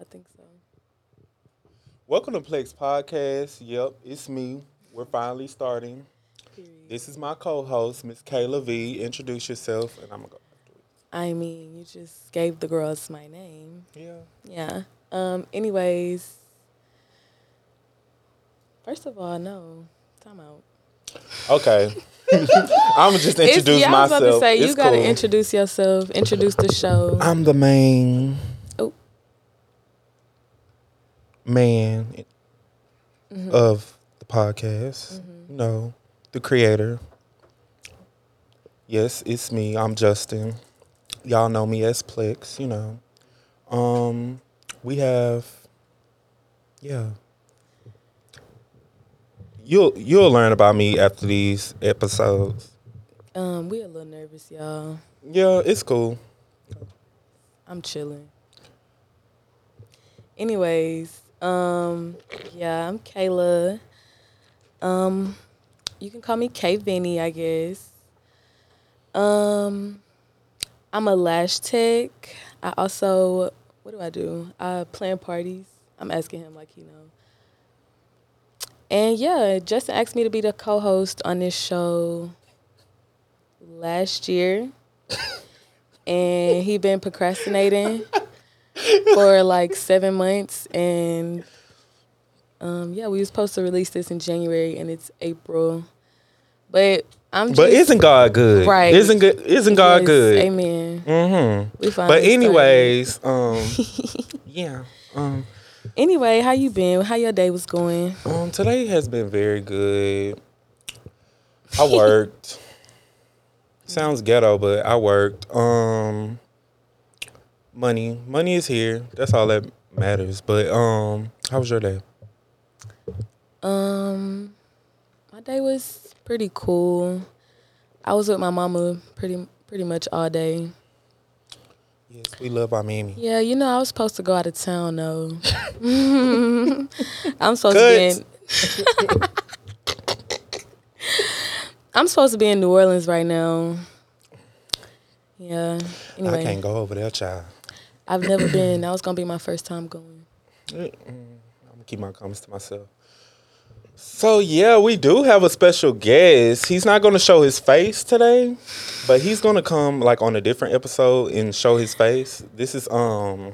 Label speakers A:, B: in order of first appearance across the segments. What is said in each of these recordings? A: I think so.
B: Welcome to Plex Podcast. Yep, it's me. We're finally starting.
A: Period.
B: This is my co-host, Miss Kayla V. Introduce yourself, and I'm gonna go.
A: I mean, you just gave the girls my name.
B: Yeah.
A: Yeah. Um. Anyways, first of all, no. Time out.
B: Okay. I'm gonna just introduce
A: yeah, I was
B: myself.
A: about to say,
B: It's
A: you got to
B: cool. Uh,
A: introduce yourself, introduce the show.
B: I'm the main
A: Oh.
B: man
A: Mm-hmm.
B: of the podcast. No, the creator. Yes, it's me. I'm Justin. Y'all know me as Plex. You know. Um, we have. Yeah. You'll you'll learn about me after these episodes.
A: Um, we a little nervous, y'all.
B: Yeah, it's cool.
A: I'm chilling. Anyways, um, yeah, I'm Kayla. Um, you can call me K Vinny, I guess. Um, I'm a lash tech. I also, what do I do? I plan parties. I'm asking him like he know. And yeah, Justin asked me to be the co-host on this show last year and he been procrastinating for like seven months and um yeah we was supposed to release this in january and it's april but i'm just
B: But isn't God good?
A: Right.
B: Isn't good? Isn't God
A: Yes,
B: good?
A: amen
B: Mm-hmm.
A: we finally
B: But
A: started.
B: anyways, um, yeah. Um,
A: anyway how you been how your day was going
B: um, today has been very good. I worked. Sounds ghetto, but I worked. Um, money, money is here. That's all that matters. But um, how was your day?
A: um my day was pretty cool i was with my mama pretty pretty much all day
B: Yes, we love our mammy.
A: Yeah, you know, I was supposed to go out of town though. I'm supposed to be in I'm supposed to be in New Orleans right now. Yeah.
B: I can't
A: Anyway,
B: go over there, child.
A: I've never been. That was gonna be my first time going.
B: Mm, I'm gonna keep my comments to myself. So yeah, we do have a special guest. He's not gonna show his face today, but he's gonna come like on a different episode and show his face. This is um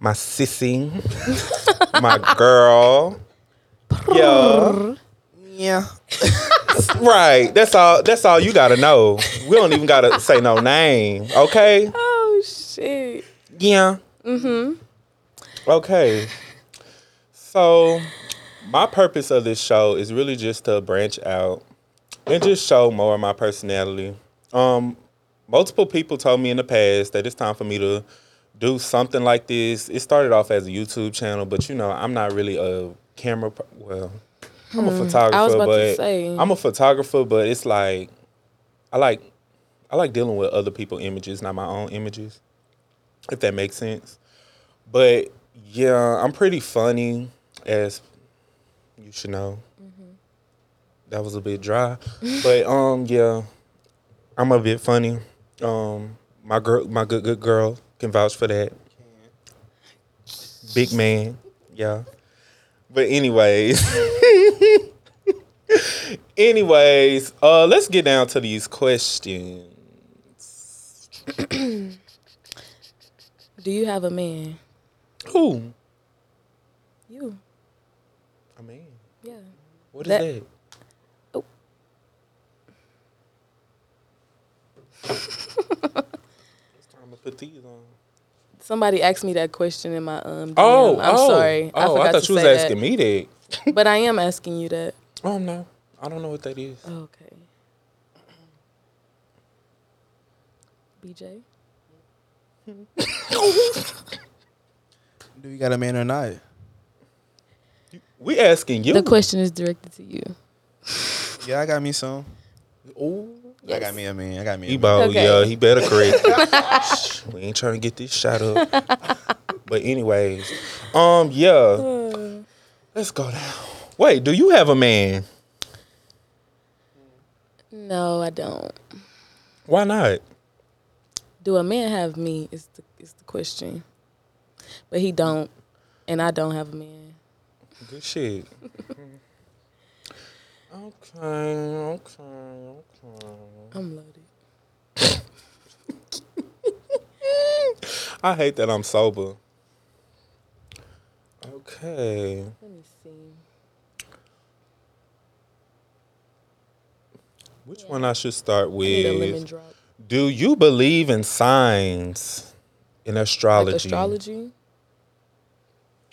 B: my sissy, my girl. Yeah.
C: Yeah.
B: Right. That's all that's all you gotta know. We don't even gotta say no name. Okay?
A: Oh shit.
B: Yeah. Mm-hmm. Okay. So my purpose of this show is really just to branch out and just show more of my personality. Um, multiple people told me in the past that it's time for me to do something like this. It started off as a YouTube channel, but you know, I'm not really a camera. per- Well, I'm a photographer,
A: Hmm, I was about to
B: but
A: say.
B: I'm a photographer, but it's like I like I like dealing with other people's images, not my own images. If that makes sense. But yeah, I'm pretty funny, as you should know. That was a bit dry, but um, yeah, I'm a bit funny. Um, my girl, my good good girl, can vouch for that. Big man, yeah. But anyways, anyways, uh, let's get down to these questions.
A: Do you have a man?
B: Who?
A: You.
B: I mean,
A: Yeah.
B: what is
A: That-
B: that?
A: Oh.
B: It's time to put these on.
A: Somebody asked me that question in my um. DM.
B: Oh,
A: I'm
B: oh,
A: sorry. I
B: Oh,
A: forgot
B: I, thought
A: to
B: you was
A: say
B: asking me that.
A: that. But I am asking you that.
B: Oh no, I don't know what that is.
A: Okay. BJ.
C: Do you got a man or not?
B: We asking you.
A: The question is directed to you.
C: Yeah, I got me some.
B: Ooh.
C: I got me a man. I got me. A man.
B: Ebo,
A: Okay.
B: yeah, he better correct. Shh, we ain't trying to get this shot up. but anyways, um, yeah,
A: Uh,
B: let's go down. Wait, do you have a man?
A: no, I don't.
B: Why not?
A: Do a man have me? Is the is the question. but he don't, and I don't have a man.
B: Good shit. okay, okay, okay.
A: I'm loaded.
B: I hate that I'm sober. Okay.
A: Let me see.
B: Which one I should start
A: I need a lemon
B: with?
A: drop.
B: Do you believe in signs in astrology?
A: Like astrology.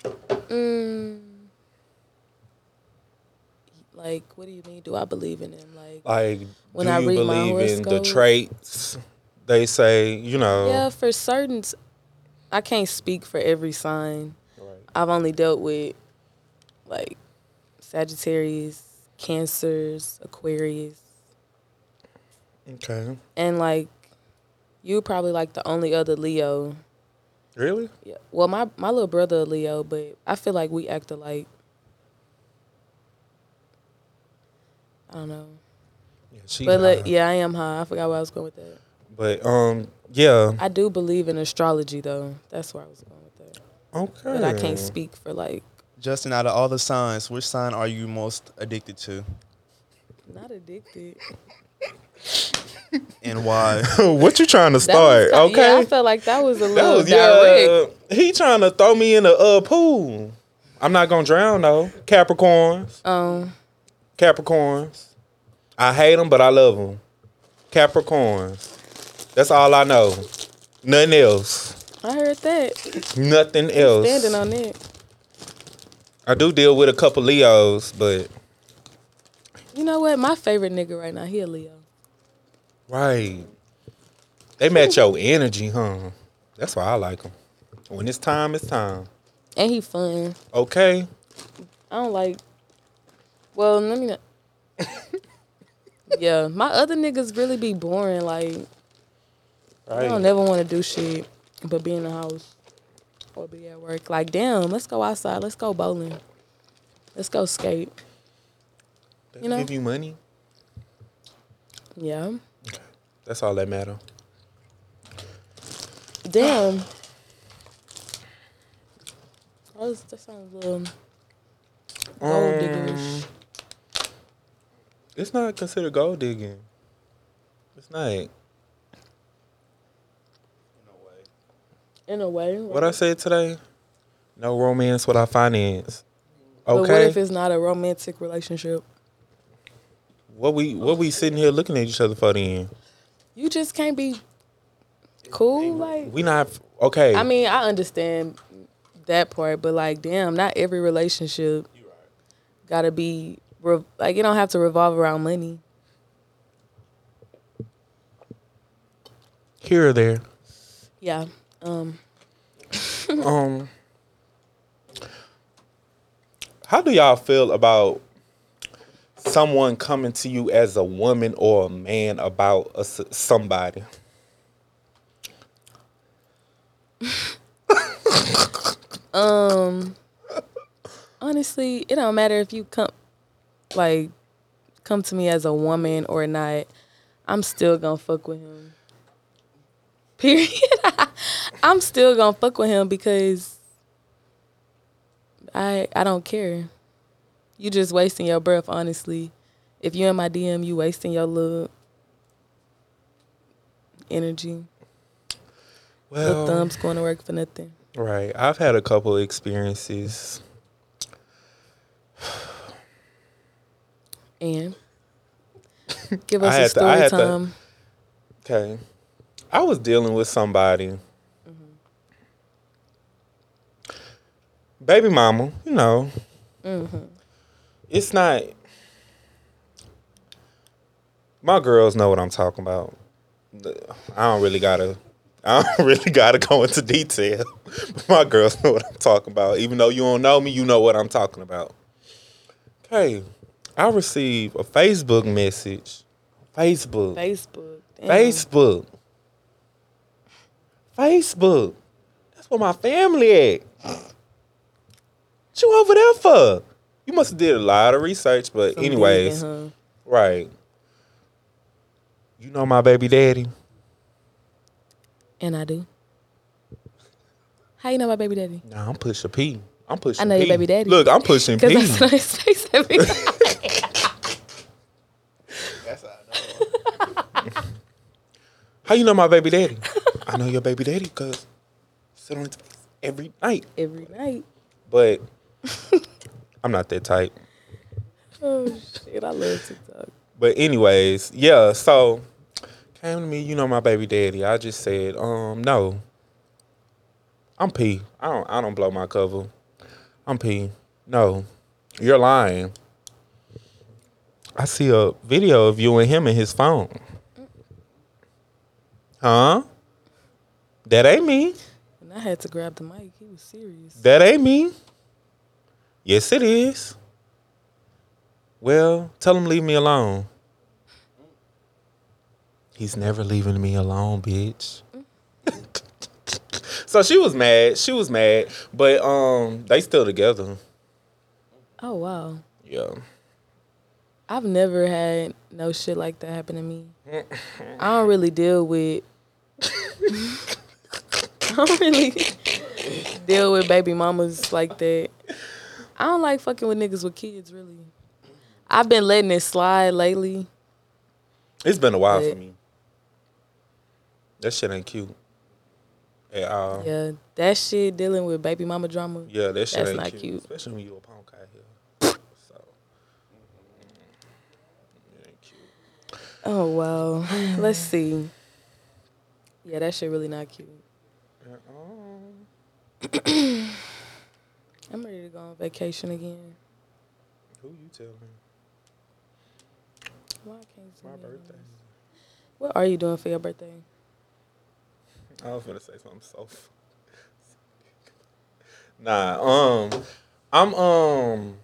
A: Mm. Like, what do you mean? Do I believe in him? Like,
B: Like,
A: When
B: do
A: I
B: you
A: read my
B: believe in the
A: horoscope.
B: traits they say? You know.
A: yeah, for certain, s- I can't speak for every sign.
B: Right.
A: I've only dealt with like Sagittarius, Cancers, Aquarius,
B: Okay.
A: and like you probably like the only other Leo.
B: Really?
A: Yeah. Well, my my little brother a Leo, but I feel like we act alike. I don't know,
B: Yeah. She
A: but
B: high.
A: look, yeah, I am high. I forgot where I was going with that.
B: But um, yeah.
A: I do believe in astrology, though. That's where I was going with that.
B: Okay.
A: But I
B: Hmm.
A: can't speak for like
C: Justin, out of all the signs, which sign are you most addicted to,
A: not addicted.
C: and why?
B: what you trying to
A: That was
B: start?
A: ki-
B: okay.
A: Yeah, I felt like that was a
B: That
A: little
B: was
A: direct.
B: yeah. He trying to throw me in the uh, pool. I'm not gonna drown though. Capricorns,
A: Um,
B: Capricorns. I hate them, but I love them. Capricorns. That's all I know. Nothing else.
A: I heard that.
B: Nothing else.
A: Standing on it.
B: I do deal with a couple Leos, but
A: You know what? My favorite nigga right now, he a Leo.
B: right. They match your energy, huh? That's why I like them. When it's time, it's time.
A: And he fun.
B: Okay.
A: I don't like well, let me not Yeah. My other niggas really be boring, like I don't never want to do shit but be in the house or be at work. Like, damn, let's go outside. Let's go bowling. Let's go skate.
B: They
A: you know.
B: give you money.
A: Yeah.
B: That's all that matter.
A: Damn. That, was, that sounds a little gold diggerish.
B: Um, It's not considered gold digging. It's not.
A: in a way. right?
B: What I said today? No romance without finance.
A: But
B: Okay.
A: what
B: what,
A: if it's not a romantic relationship?
B: we what we sitting here looking at each other for then?
A: You just can't be cool. Like,
B: We not okay.
A: I mean, I understand that part, but like, damn, not every relationship gotta be re- like it don't have to revolve around money.
B: here or there.
A: Yeah. Um.
B: um How do y'all feel about someone coming to you as a woman or a man about a s somebody?
A: Um. Honestly, it don't matter if you come, like, come to me as a woman or not. I'm still gonna fuck with him. Period. I'm still gonna fuck with him because I I don't care. You just wasting your breath, honestly. If you in my DM, you wasting your little energy.
B: Well,
A: the thumbs going to work for nothing.
B: Right. I've had a couple experiences.
A: And give
B: I
A: us a
B: had to- I
A: story
B: had to-
A: time.
B: Okay. I was dealing with somebody. Baby mama, you know. It's not. My girls know what I'm talking about. The- I don't really gotta. I don't really gotta go into detail. But my girls know what I'm talking about. Even though you don't know me, you know what I'm talking about. Okay. I received a Facebook message. Facebook.
A: Facebook. Damn.
B: Facebook. Facebook. That's where my family at. What you over there for? You must have did a lot of research, but
A: Some
B: anyways,
A: vegan, huh?
B: right. You know my baby daddy.
A: And I do. How you know my baby daddy?
B: Nah, I'm pushing P. I'm pushing.
A: know your
B: P.
A: baby daddy.
B: Look, I'm pushing P.
A: Because that's what his face every time.
C: That's how
B: How you know my baby daddy? I know your baby daddy because sit on his face every night.
A: every night.
B: But I'm not that type.
A: Oh shit, I love TikTok.
B: But anyways, yeah. So came to me, you know my baby daddy. I just said, um, no. I'm P. I don't I don't blow my cover. I'm P. No, you're lying. I see a video of you and him in his phone. Huh? That ain't me.
A: And I had to grab the mic. He was serious.
B: That ain't me. Yes, it is. Well, tell him leave me alone. He's never leaving me alone, bitch. so she was mad. She was mad, but um, they still together.
A: Oh wow.
B: Yeah.
A: I've never had no shit like that happen to me. I don't really deal with. I don't really deal with baby mamas like that. I don't like fucking with niggas with kids, really. I've been letting it slide lately.
B: It's been a while for
A: But-
B: me. That shit ain't cute. At all. Yeah,
A: Yeah, that shit dealing with baby mama drama.
B: that shit
A: That's
B: ain't
A: not
B: cute.
A: cute.
B: Especially when you a punk out here. so. Mm-hmm. It ain't cute.
A: Oh wow. Let's see. Yeah, that shit really not cute. I'm ready to go on vacation again.
B: Who you telling?
A: Why I can't see
B: My
A: that?
B: birthday.
A: What are you doing for your birthday?
B: I was gonna say something so. f- Nah, um, I'm um,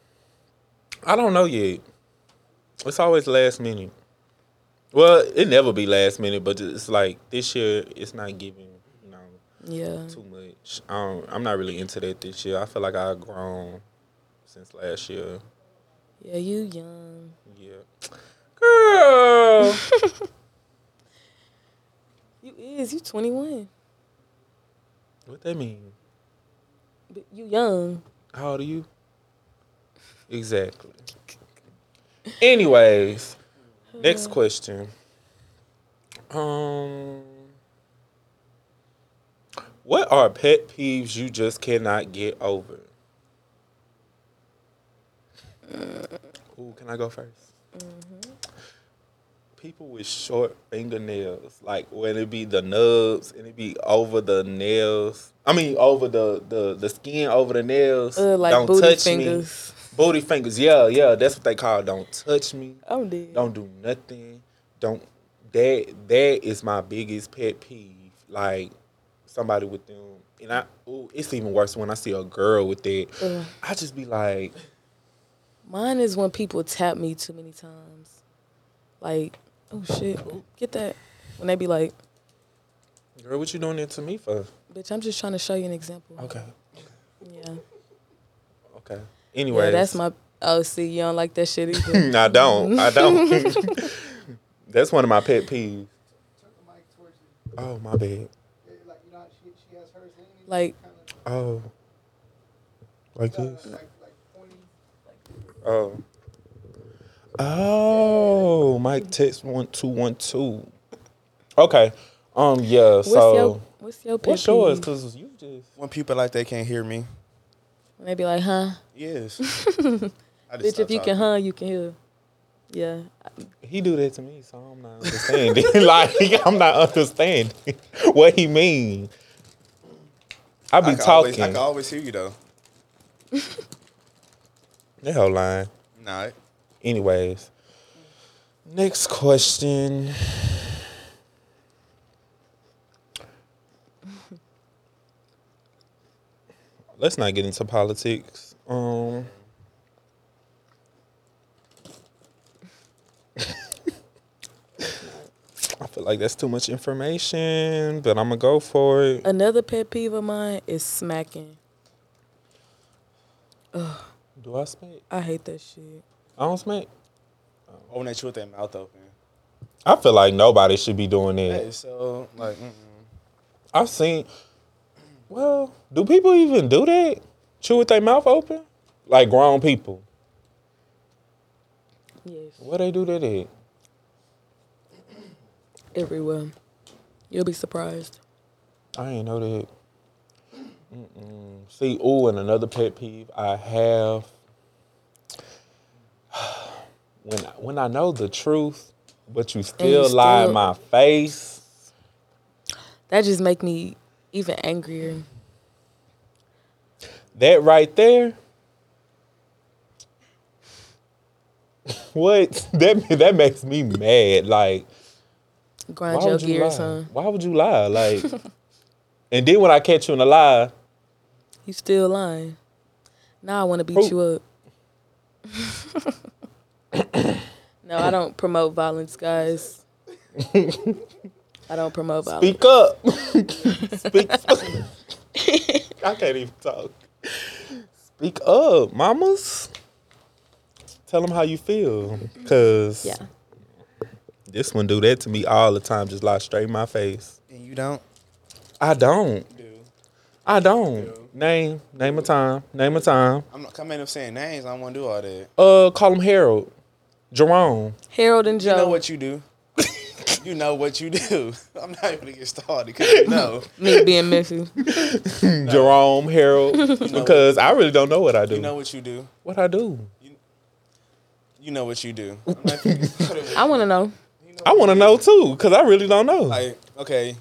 B: I don't know yet. It's always last minute. Well, it never be last minute, but it's like this year it's not giving, you know,
A: Yeah.
B: too much. Um, I'm not really into that this year. I feel like I've grown since last year.
A: Yeah, you young.
B: Yeah, girl. Oh.
A: You is, you 21.
B: what that mean?
A: But you young.
B: How old are you? Exactly. Anyways, next question. Um, what are pet peeves you just cannot get over? Ooh, can I go 1st
A: Mm-hmm.
B: People with short fingernails, like when it be the nubs and it be over the nails. I mean, over the the, the skin, over the nails.
A: Uh, like
B: Don't
A: booty
B: touch me.
A: fingers.
B: Booty fingers, yeah, yeah, that's what they call. it. Don't touch me.
A: I'm dead.
B: Don't do nothing. Don't. That that is my biggest pet peeve. Like somebody with them, and I. Ooh, it's even worse when I see a girl with that.
A: Ugh.
B: I just be like,
A: Mine is when people tap me too many times. Like, oh shit, get that. When they be like,
B: girl, what you doing that to me for?
A: bitch, I'm just trying to show you an example.
B: Okay,
A: Yeah.
B: okay.
A: Yeah,
B: Anyways,
A: that's my. Oh, see, you don't like that shit either.
B: I don't. I don't. that's one of my pet peeves.
D: Turn the mic towards you.
B: Oh my bad.
D: Eh, Like, you know, how she, she has hers leaning.
A: Like-
D: Kind of,
B: Oh. Like this.
D: like, like pointing.
B: Oh. Oh, Mike text one two one two. Okay. Um. Yeah.
A: What's
B: so
A: your What's your pet
B: what's yours?
A: peeve?
B: Cause you just
C: When people like they can't hear me.
A: When they be like, huh?
C: Yes. I just
A: Bitch, if
C: stopped
A: you can,
C: talking.
A: huh? You can hear. Yeah.
B: he do that to me, so I'm not understanding. like I'm not understanding what he mean. I be
C: I can always-
B: talking.
C: I can always hear you though.
B: that whole line.
C: Nah, it-
B: Anyways, next question. Let's not get into politics. Um, I feel like that's too much information, but I'm gonna go for it.
A: Another pet peeve of mine is smacking.
B: Do I smack?
A: I hate that shit.
B: I don't smack.
C: oh, when they chew with their mouth open.
B: I feel like nobody should be doing that.
C: Hey, so like, mm-mm.
B: I've seen Well, do people even do that? Chew with their mouth open? Like grown people.
A: Yes.
B: Where they do that at?
A: Everywhere. You'll be surprised.
B: I ain't know that. Mm-mm. See, ooh, and another pet peeve I have when when I know the truth, but you still lie
A: still-
B: in my face.
A: That just make me even angrier.
B: That right there. What that that makes me mad. Like
A: Grind
B: Why
A: your
B: would you
A: gears,
B: lie?
A: huh?
B: Why would you lie? Like, and then when I catch you in a lie,
A: You still lying. Now I want to beat
B: Who-
A: you up. no, I don't promote violence, guys. I don't promote violence.
B: speak up. speak. I can't even talk. Speak up, mamas. Tell them how you feel, cause
A: Yeah.
B: this one do that to me all the time. Just lie straight in my face.
C: And you don't.
B: I don't.
C: Dude.
B: I don't. Name name a time. Name a time.
C: I'm not coming up saying names. I don't want to do all that.
B: Uh, call him Harold, Jerome.
A: Harold and
C: You know
A: Joe.
C: what you do. you know what you do. I'm not even gonna get started because you know.
A: me being messy.
B: Jerome Harold because I really don't know what I do.
C: You know what you do.
B: what I do?
C: You know what you do. I'm not even gonna get started with-
A: I want to know.
C: you
B: I want to know too because I really don't know.
C: Like okay.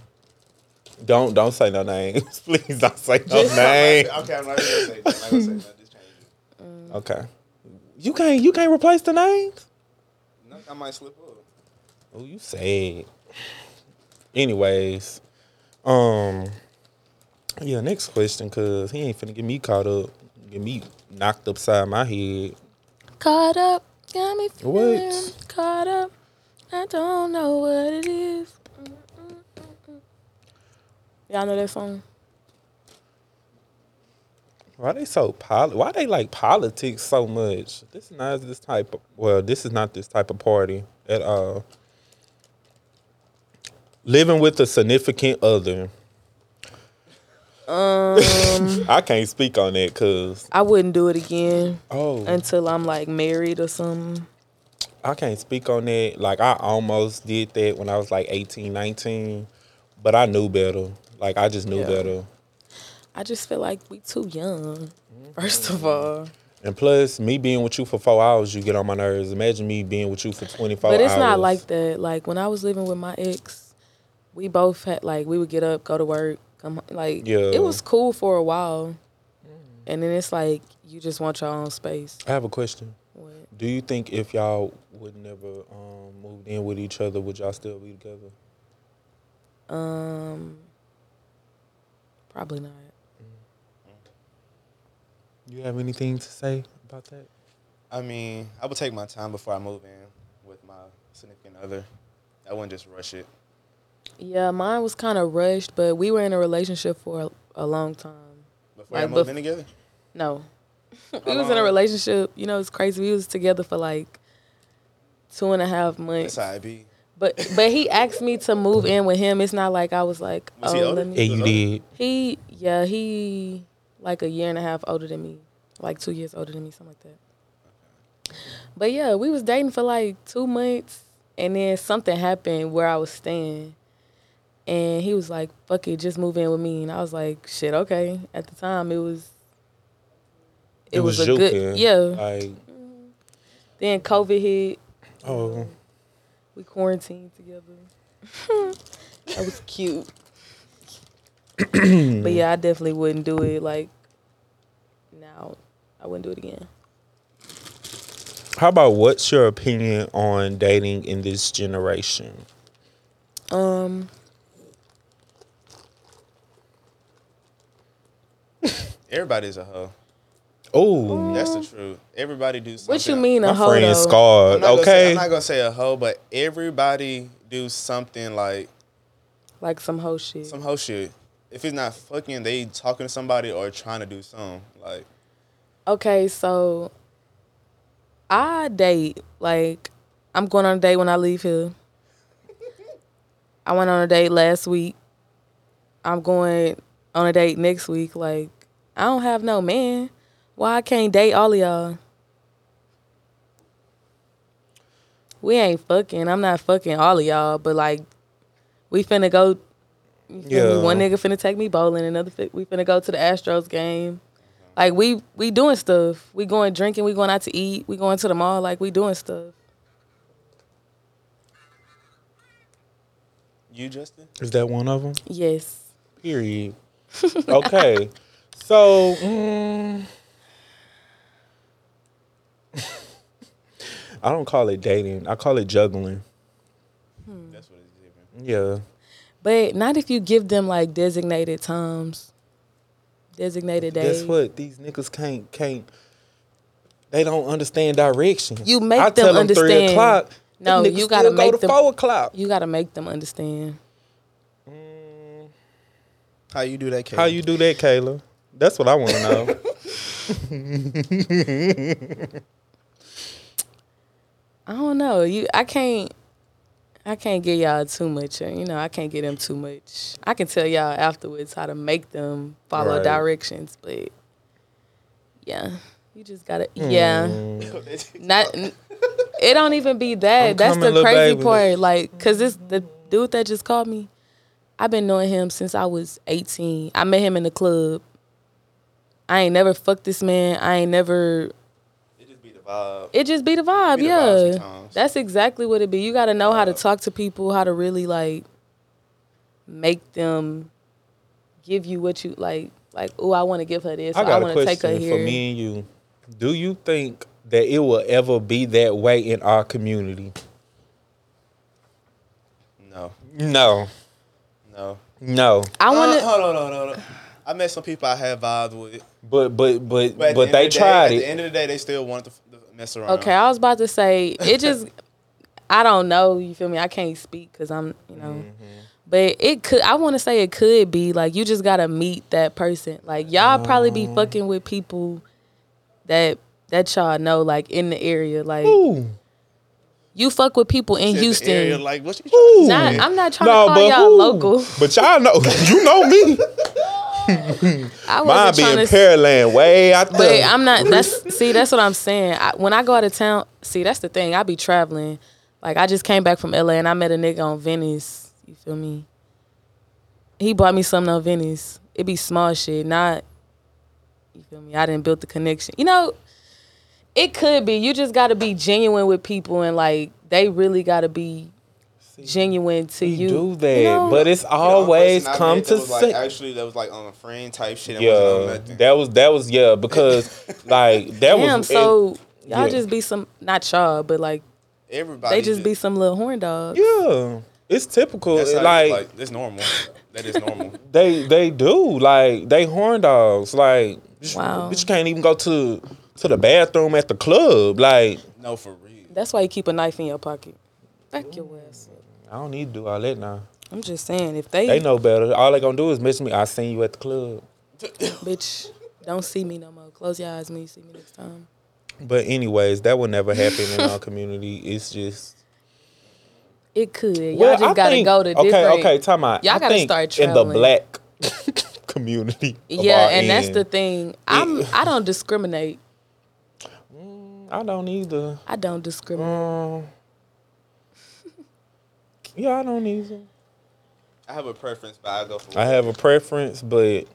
B: don't don't say no names, please. Don't say no
C: Just-
B: names.
C: Okay, I'm not even gonna say. that. I'm not gonna say that. Just change it.
B: Okay, you can't you can't replace the names.
C: No, I might slip up.
B: Oh, you sad. Anyways, um, yeah. Next question, cause he ain't finna get me caught up, get me knocked upside my head.
A: Caught up. Got me feeling
B: What?
A: caught up. I don't know what it is. Y'all know that song?
B: Why they so poli- Why they like politics so much? This is not this type. Of, well, this is not this type of party at all. Living with a significant other.
A: Um,
B: I can't speak on that because
A: I wouldn't do it again
B: oh,
A: until I'm like married or something.
B: I can't speak on that. Like I almost did that when I was like 18, 19, but I knew better. Like I just knew
A: Yeah.
B: better.
A: I just feel like we too young. First
B: Mm-hmm.
A: of all,
B: And plus, me being with you for four hours, you get on my nerves. Imagine me being with you for twenty four.
A: but it's not
B: hours.
A: like that. Like when I was living with my ex, we both had like we would get up, go to work, come home. like
B: Yeah. Mm.
A: it was cool for a while, and then it's like you just want your own space.
B: I have a question.
A: What?
B: Do you think if y'all would never um, moved in with each other, would y'all still be together?
A: Um, probably not.
B: You have anything to say about that?
C: I mean, I would take my time before I move in with my significant other. I wouldn't just rush it.
A: Yeah, mine was kind of rushed, but we were in a relationship for a, a long time.
C: Before I
A: Like,
C: move
A: bef-
C: in together?
A: No. we
C: How
A: was in a
C: long?
A: relationship. You know, it's crazy. We was together for like two and a half months.
C: That's how it be.
A: But but he asked me to move in with him. It's not like I was like,
C: Was
A: oh,
C: he older?
A: let me.
B: Yeah, you did.
A: He yeah, he like a year and a half older than me, like two years older than me, something like that. But yeah, we was dating for like two months, and then something happened where I was staying, and he was like, "Fuck it, just move in with me," and I was like, "Shit, okay." At the time, it was it, was, a
B: joking.
A: good yeah.
B: Like,
A: Then COVID hit,
B: oh,
A: we quarantined together. that was cute. but yeah, I definitely wouldn't do it like now. I wouldn't do it again.
B: how about what's your opinion on dating in this generation?
A: Um,
C: Everybody's a hoe.
A: Mm,
B: Oh,
C: That's the truth. Everybody do something.
A: what you mean a
B: my
A: hoe?
B: friend
A: though?
C: I'm
B: scarred.
C: not gonna say-
B: Okay,
C: I'm not gonna say a hoe, but everybody do something like
A: Like some hoe shit.
C: some hoe shit. If it's not fucking, they talking to somebody or trying to do something. Like
A: Okay, so I date like I'm going on a date when I leave here. I went on a date last week. I'm going on a date next week. Like, I don't have no man. Why I can't date all of y'all? We ain't fucking. I'm not fucking all of y'all, but like, we finna go. you feel me?
B: Yeah.
A: One nigga finna take me bowling. Another fi- we finna go to the Astros game. Like we we doing stuff. We going drinking. We going out to eat. We going to the mall. Like we doing stuff.
C: You, Justin?
B: Is that one of them?
A: Yes.
B: Period. okay. So, mm, I don't call it dating. I call it juggling.
A: Mm.
C: That's what it's different.
B: Yeah.
A: But not if you give them like designated times, designated days.
B: Guess what? These niggas can't can't. They don't understand direction.
A: You make
B: I
A: them
B: tell three
A: understand.
B: o'clock.
A: No,
B: them niggas
A: you gotta
B: still go
A: make
B: to
A: them-
B: four o'clock.
A: You gotta make them understand.
B: Mm,
C: How you do that, Kate?
B: How you do that, Kayla? That's what I want to know.
A: I don't know. You, I can't. I can't get y'all too much. uh, You know, I can't get them too much. I can tell y'all afterwards how to make them follow
B: Right.
A: directions, but yeah, you just gotta. Yeah,
B: Mm.
A: not. n- It don't even be that.
B: I'm
A: That's
B: coming,
A: the
B: little
A: crazy
B: baby.
A: part. Like, cause this the dude that just called me. I've been knowing him since I was 18. I met him in the club. I ain't never fucked this man. I ain't never
C: It just be the vibe.
A: it just be the vibe,
C: Be the
A: yeah.
C: vibe sometimes.
A: That's exactly what it be. You got to know how to
C: Vibe.
A: talk to people, how to really like make them give you what you like. Like, oh, I want to give her this.
B: I
A: or I,
B: got a
A: want to take her
B: question
A: here.
B: for me and you. Do you think that it will ever be that way in our community?
C: No,
B: No,
C: no.
B: no.
A: I want
C: Uh,
A: to.
C: hold on, hold on, hold on. I met some people I had vibes with,
B: But but but
C: but,
B: but,
C: at the end
B: they
C: of the day-
B: tried
C: At the
B: it.
C: end of the day, they still wanted to, f- to mess around.
A: Okay, I was about to say it just. I don't know. You feel me? I can't speak because I'm, you know. But it could. I want to say it could be like you just gotta meet that person. Like y'all probably be fucking with people that that y'all know, like in the area. Like
B: Ooh,
A: You fuck with people in
C: Said the
A: Houston.
C: area, like what you
B: ooh.
C: trying to
A: Not, I'm not trying
B: No,
A: to call
B: but
A: y'all
B: ooh.
A: local.
B: But y'all know, you know me.
A: I
B: Mine
A: wasn't
B: be
A: trying
B: in
A: to. s-
B: Pearland, way out there.
A: But I'm not. That's see. That's what I'm saying. I, when I go out of town, see, that's the thing. I be traveling. Like I just came back from LA and I met a nigga on Venice. You feel me? He bought me something on Venice. It be small shit, not. You feel me? I didn't build the connection. You know, it could be. You just gotta be genuine with people and like they really gotta be genuine to
B: we
A: you.
B: do that,
A: You know?
B: but it's
C: You know, the
B: always
C: person I
B: come
C: met
B: to
C: that was like,
B: sit.
C: actually that was like on a friend type shit. And yeah, wasn't on
B: yeah,
C: nothing.
B: that was that was yeah because like that
A: Damn,
B: was
A: so y'all
B: yeah.
A: just be some not y'all, but like
C: everybody
A: they just be some little horn dogs.
B: yeah, it's typical.
C: that's how you-
B: like,
C: like that's normal. that is normal.
B: they they do like they horn dogs. Like bitch,
A: Wow.
B: bitch can't even go to to the bathroom at the club. Like
C: No, for real.
A: That's why you keep a knife in your pocket. Back your ass. up.
B: I don't need to do all that now.
A: I'm just saying, if they,
B: They know better. All they gonna do is miss me. I seen you at the club.
A: bitch, don't see me no more. Close your eyes when you see me next time.
B: But anyways, that will never happen in our community. It's just
A: It could. Y'all
B: Well,
A: just
B: I
A: gotta
B: think-
A: go to
B: okay,
A: different.
B: okay. Time out.
A: Y'all
B: I
A: gotta
B: think
A: start
B: in the
A: traveling.
B: black community. of
A: Yeah,
B: our
A: and that's
B: end,
A: the thing. I'm. I don't discriminate.
B: I don't either.
A: I don't discriminate.
B: Um, yeah, I don't either.
C: I have a preference, but I go for
B: I have a preference, but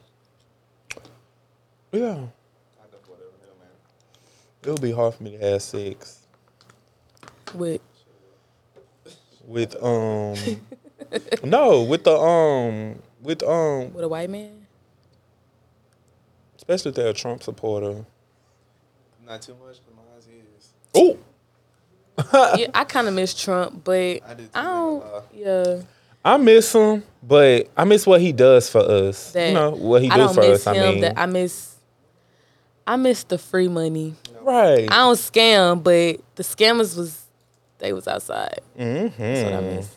B: yeah,
C: I go for whatever, hell, man.
B: it'll be hard for me to have sex
A: With
B: with um no with the um with um
A: with a white man.
B: especially if they're a Trump supporter.
C: Not too much, but mine's is.
B: Oh,
A: Yeah, I kind of miss Trump, but
C: I do too,
A: I don't.
C: ain't
A: Yeah.
B: I miss him, but I miss what he does for us.
A: That-
B: you know what he
A: I
B: do
A: don't
B: for
A: miss
B: us. I
A: him.
B: mean,
A: that I miss. I miss the free money.
B: right?
A: I don't scam, but the scammers was they was outside.
B: mm-hmm.
A: That's what I miss.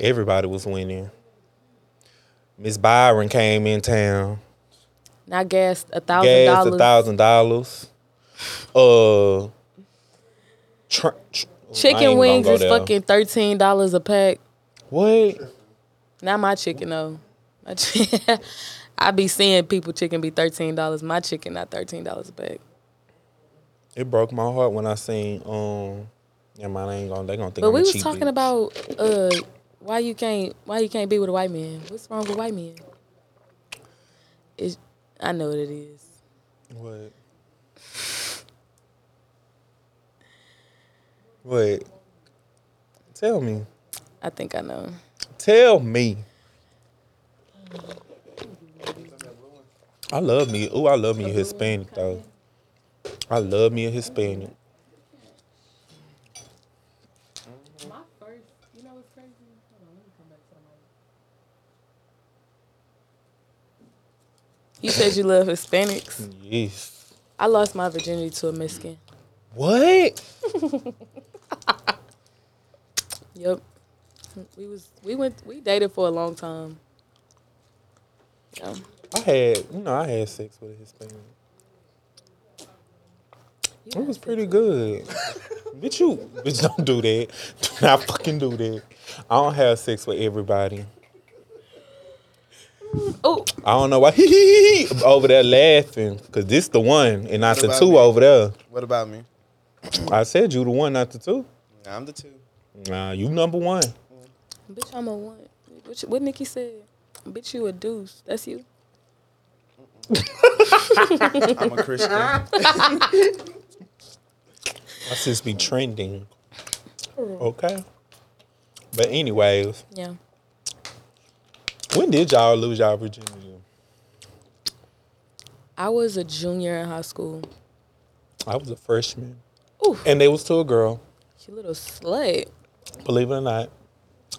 B: Everybody was winning. Miss Byron came in town.
A: And I gassed a thousand
B: gas a
A: dollars.
B: thousand dollars. Uh, tr- tr- I ain't
A: Chicken
B: gonna
A: wings
B: go
A: is
B: there.
A: fucking thirteen dollars a pack.
B: what?
A: Not my chicken though. My chi- I be seeing people chicken be thirteen dollars. My chicken not thirteen dollars a bag.
B: It broke my heart when I seen um. Yeah, mine ain't gonna. They gonna think.
A: But
B: I'm
A: we
B: a
A: was
B: cheap
A: talking
B: bitch.
A: about uh why you can't why you can't be with a white man. What's wrong with white men? It's, I know what it is.
B: what. What? Tell me.
A: I think I know.
B: Tell me. I love me. Oh, I love me a Hispanic though. I love me a Hispanic.
E: My first, you know what's crazy? Hold on, let me come back to the mic.
A: You said you love Hispanics.
B: Yes.
A: I lost my virginity to a Mexican.
B: What?
A: Yep. We was we went we dated for a long time. Yeah.
B: I had, you know, I had sex with a Hispanic.
A: You
B: It was pretty good. bitch, you, bitch, don't do that. Do not fucking do that. I don't have sex with everybody.
A: Oh,
B: I don't know why he over there laughing because this the one and not
C: What
B: the
C: about
B: two
C: me?
B: over there.
C: What about me?
B: I said you the one, not the two.
C: I'm the two.
B: Nah, you number one.
A: bitch, I'm a one. What, you- what Nikki said? Bitch, you a deuce. That's you.
C: I'm a Christian. I
B: My sis be trending. Okay. But anyways,
A: Yeah.
B: when did y'all lose y'all virginity?
A: I was a junior in high school.
B: I was a freshman.
A: Oof.
B: And they was to a girl.
A: She little slut.
B: Believe it or not,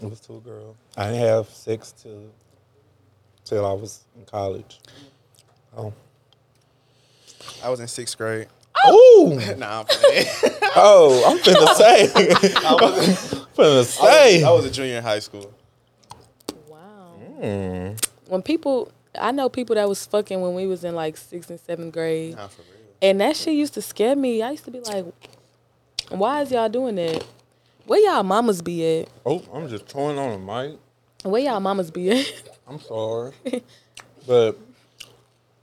B: it was to a girl. I didn't have sex till till I was in college. Oh.
C: was in sixth grade.
B: Ooh.
C: nah, I'm playing.
B: Oh, I'm finna say. I'm finna
C: I,
B: say.
C: was, I was a junior in high school.
A: Wow.
B: Mm.
A: When people, I know people that was fucking when we was in like sixth and seventh grade,
C: Nah, for real.
A: and that shit used to scare me. I used to be like, "Why is y'all doing that? Where y'all mamas be at?
B: Oh, I'm just throwing on the mic.
A: Where y'all mamas be at?"
B: I'm sorry. but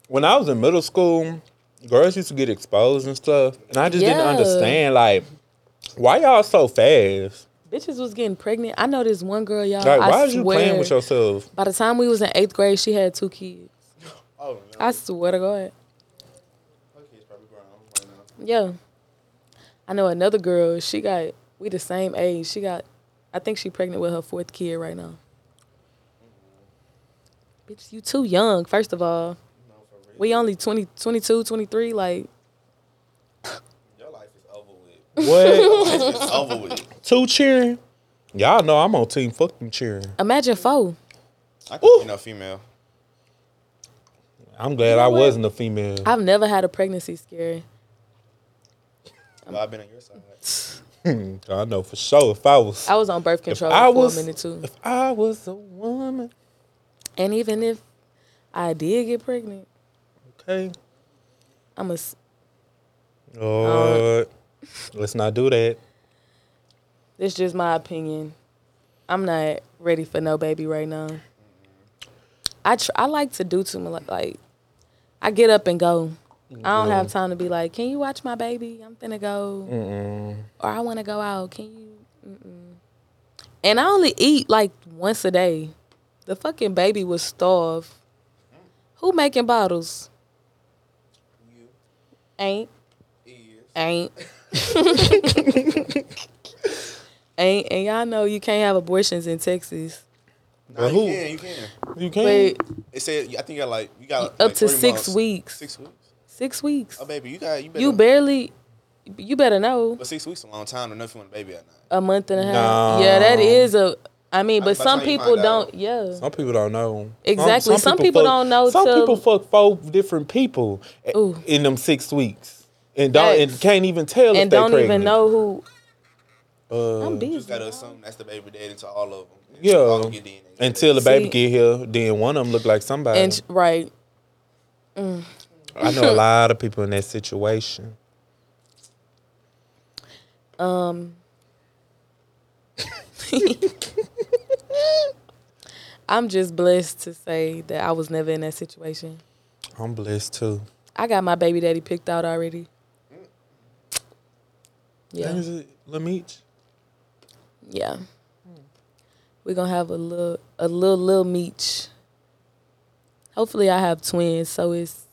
B: when I was in middle school, girls used to get exposed and stuff. And I just didn't
A: Yeah.
B: understand, like, why y'all so fast?
A: Bitches was getting pregnant. I know this one girl, y'all.
B: Like, why
A: Uh, I
B: is you
A: swear,
B: playing with yourself?
A: By the time we was in eighth grade, she had two kids.
C: Oh, no.
A: I swear to God.
C: Okay, it's probably grown right now.
A: Yeah. I know another girl, she got we the same age. She got I think she pregnant with her fourth kid right now. Bitch, you too young, first of all.
C: No, for real.
A: We only 20, 22, 23, like
C: Your life is over with.
B: What?
C: It's over with.
B: Two cheering? Y'all know I'm on team fucking cheering.
A: imagine four.
C: I could
B: Ooh.
C: be no female.
B: I'm glad I wasn't a female.
A: I've never had a pregnancy scare.
C: But I've been on your side.
B: Hmm, I know for sure if I was
A: I was on birth
B: if
A: control
B: I
A: for
B: was
A: a minute too.
B: if I was a woman,
A: And even if I did get pregnant,
B: okay.
A: I'm a Uh,
B: Lord, let's not do that.
A: it's just my opinion. I'm not ready for no baby right now. I tr- I like to do too much. Like I get up and go. I don't have time to be like, can you watch my baby? I'm finna go,
B: Mm-mm.
A: or I want to go out. Can you? Mm-mm. And I only eat like once a day. The fucking baby was starved. Who making bottles?
C: You
A: Ain't
C: E is.
A: ain't. Ain't and y'all know you can't have abortions in Texas.
C: Nah,
B: who-
C: you can, you can.
B: You can't.
A: Wait,
C: It said, I think you got like, you got
A: up
C: like
A: to
C: three
A: six
C: months.
A: weeks.
C: Six weeks?
A: Six weeks.
C: Oh, baby, you got, you better.
A: you barely. You better know
C: But six weeks is a long time to know if you want a baby or not.
A: a month and a half.
B: No.
A: Yeah, that is a. I mean, but
C: I mean, by the
A: some
C: time you
A: people
C: find out.
A: don't. Yeah.
B: Some people don't know.
A: Exactly. Some people don't know
B: Some
A: till-
B: people fuck four different people a-
A: Ooh.
B: in them six weeks, and don't and
A: Facts.
B: can't even tell if
A: and
B: they
A: don't
B: pregnant.
A: even know who.
B: Uh,
A: I'm
C: You
A: busy.
C: just gotta assume that's the baby dead until all of them.
B: Yeah.
C: All of your DNA.
B: until the baby
A: See-
B: get here, then one of them look like somebody.
A: And sh- right.
B: I know a lot of people in that situation.
A: Um. I'm just blessed to say that I was never in that situation.
B: I'm blessed too.
A: I got my baby daddy picked out already.
C: Mm.
B: Dang,
A: Yeah.
B: Is it Lameach?
A: Yeah. We're gonna have a little a little little meech. Hopefully I have twins, so it's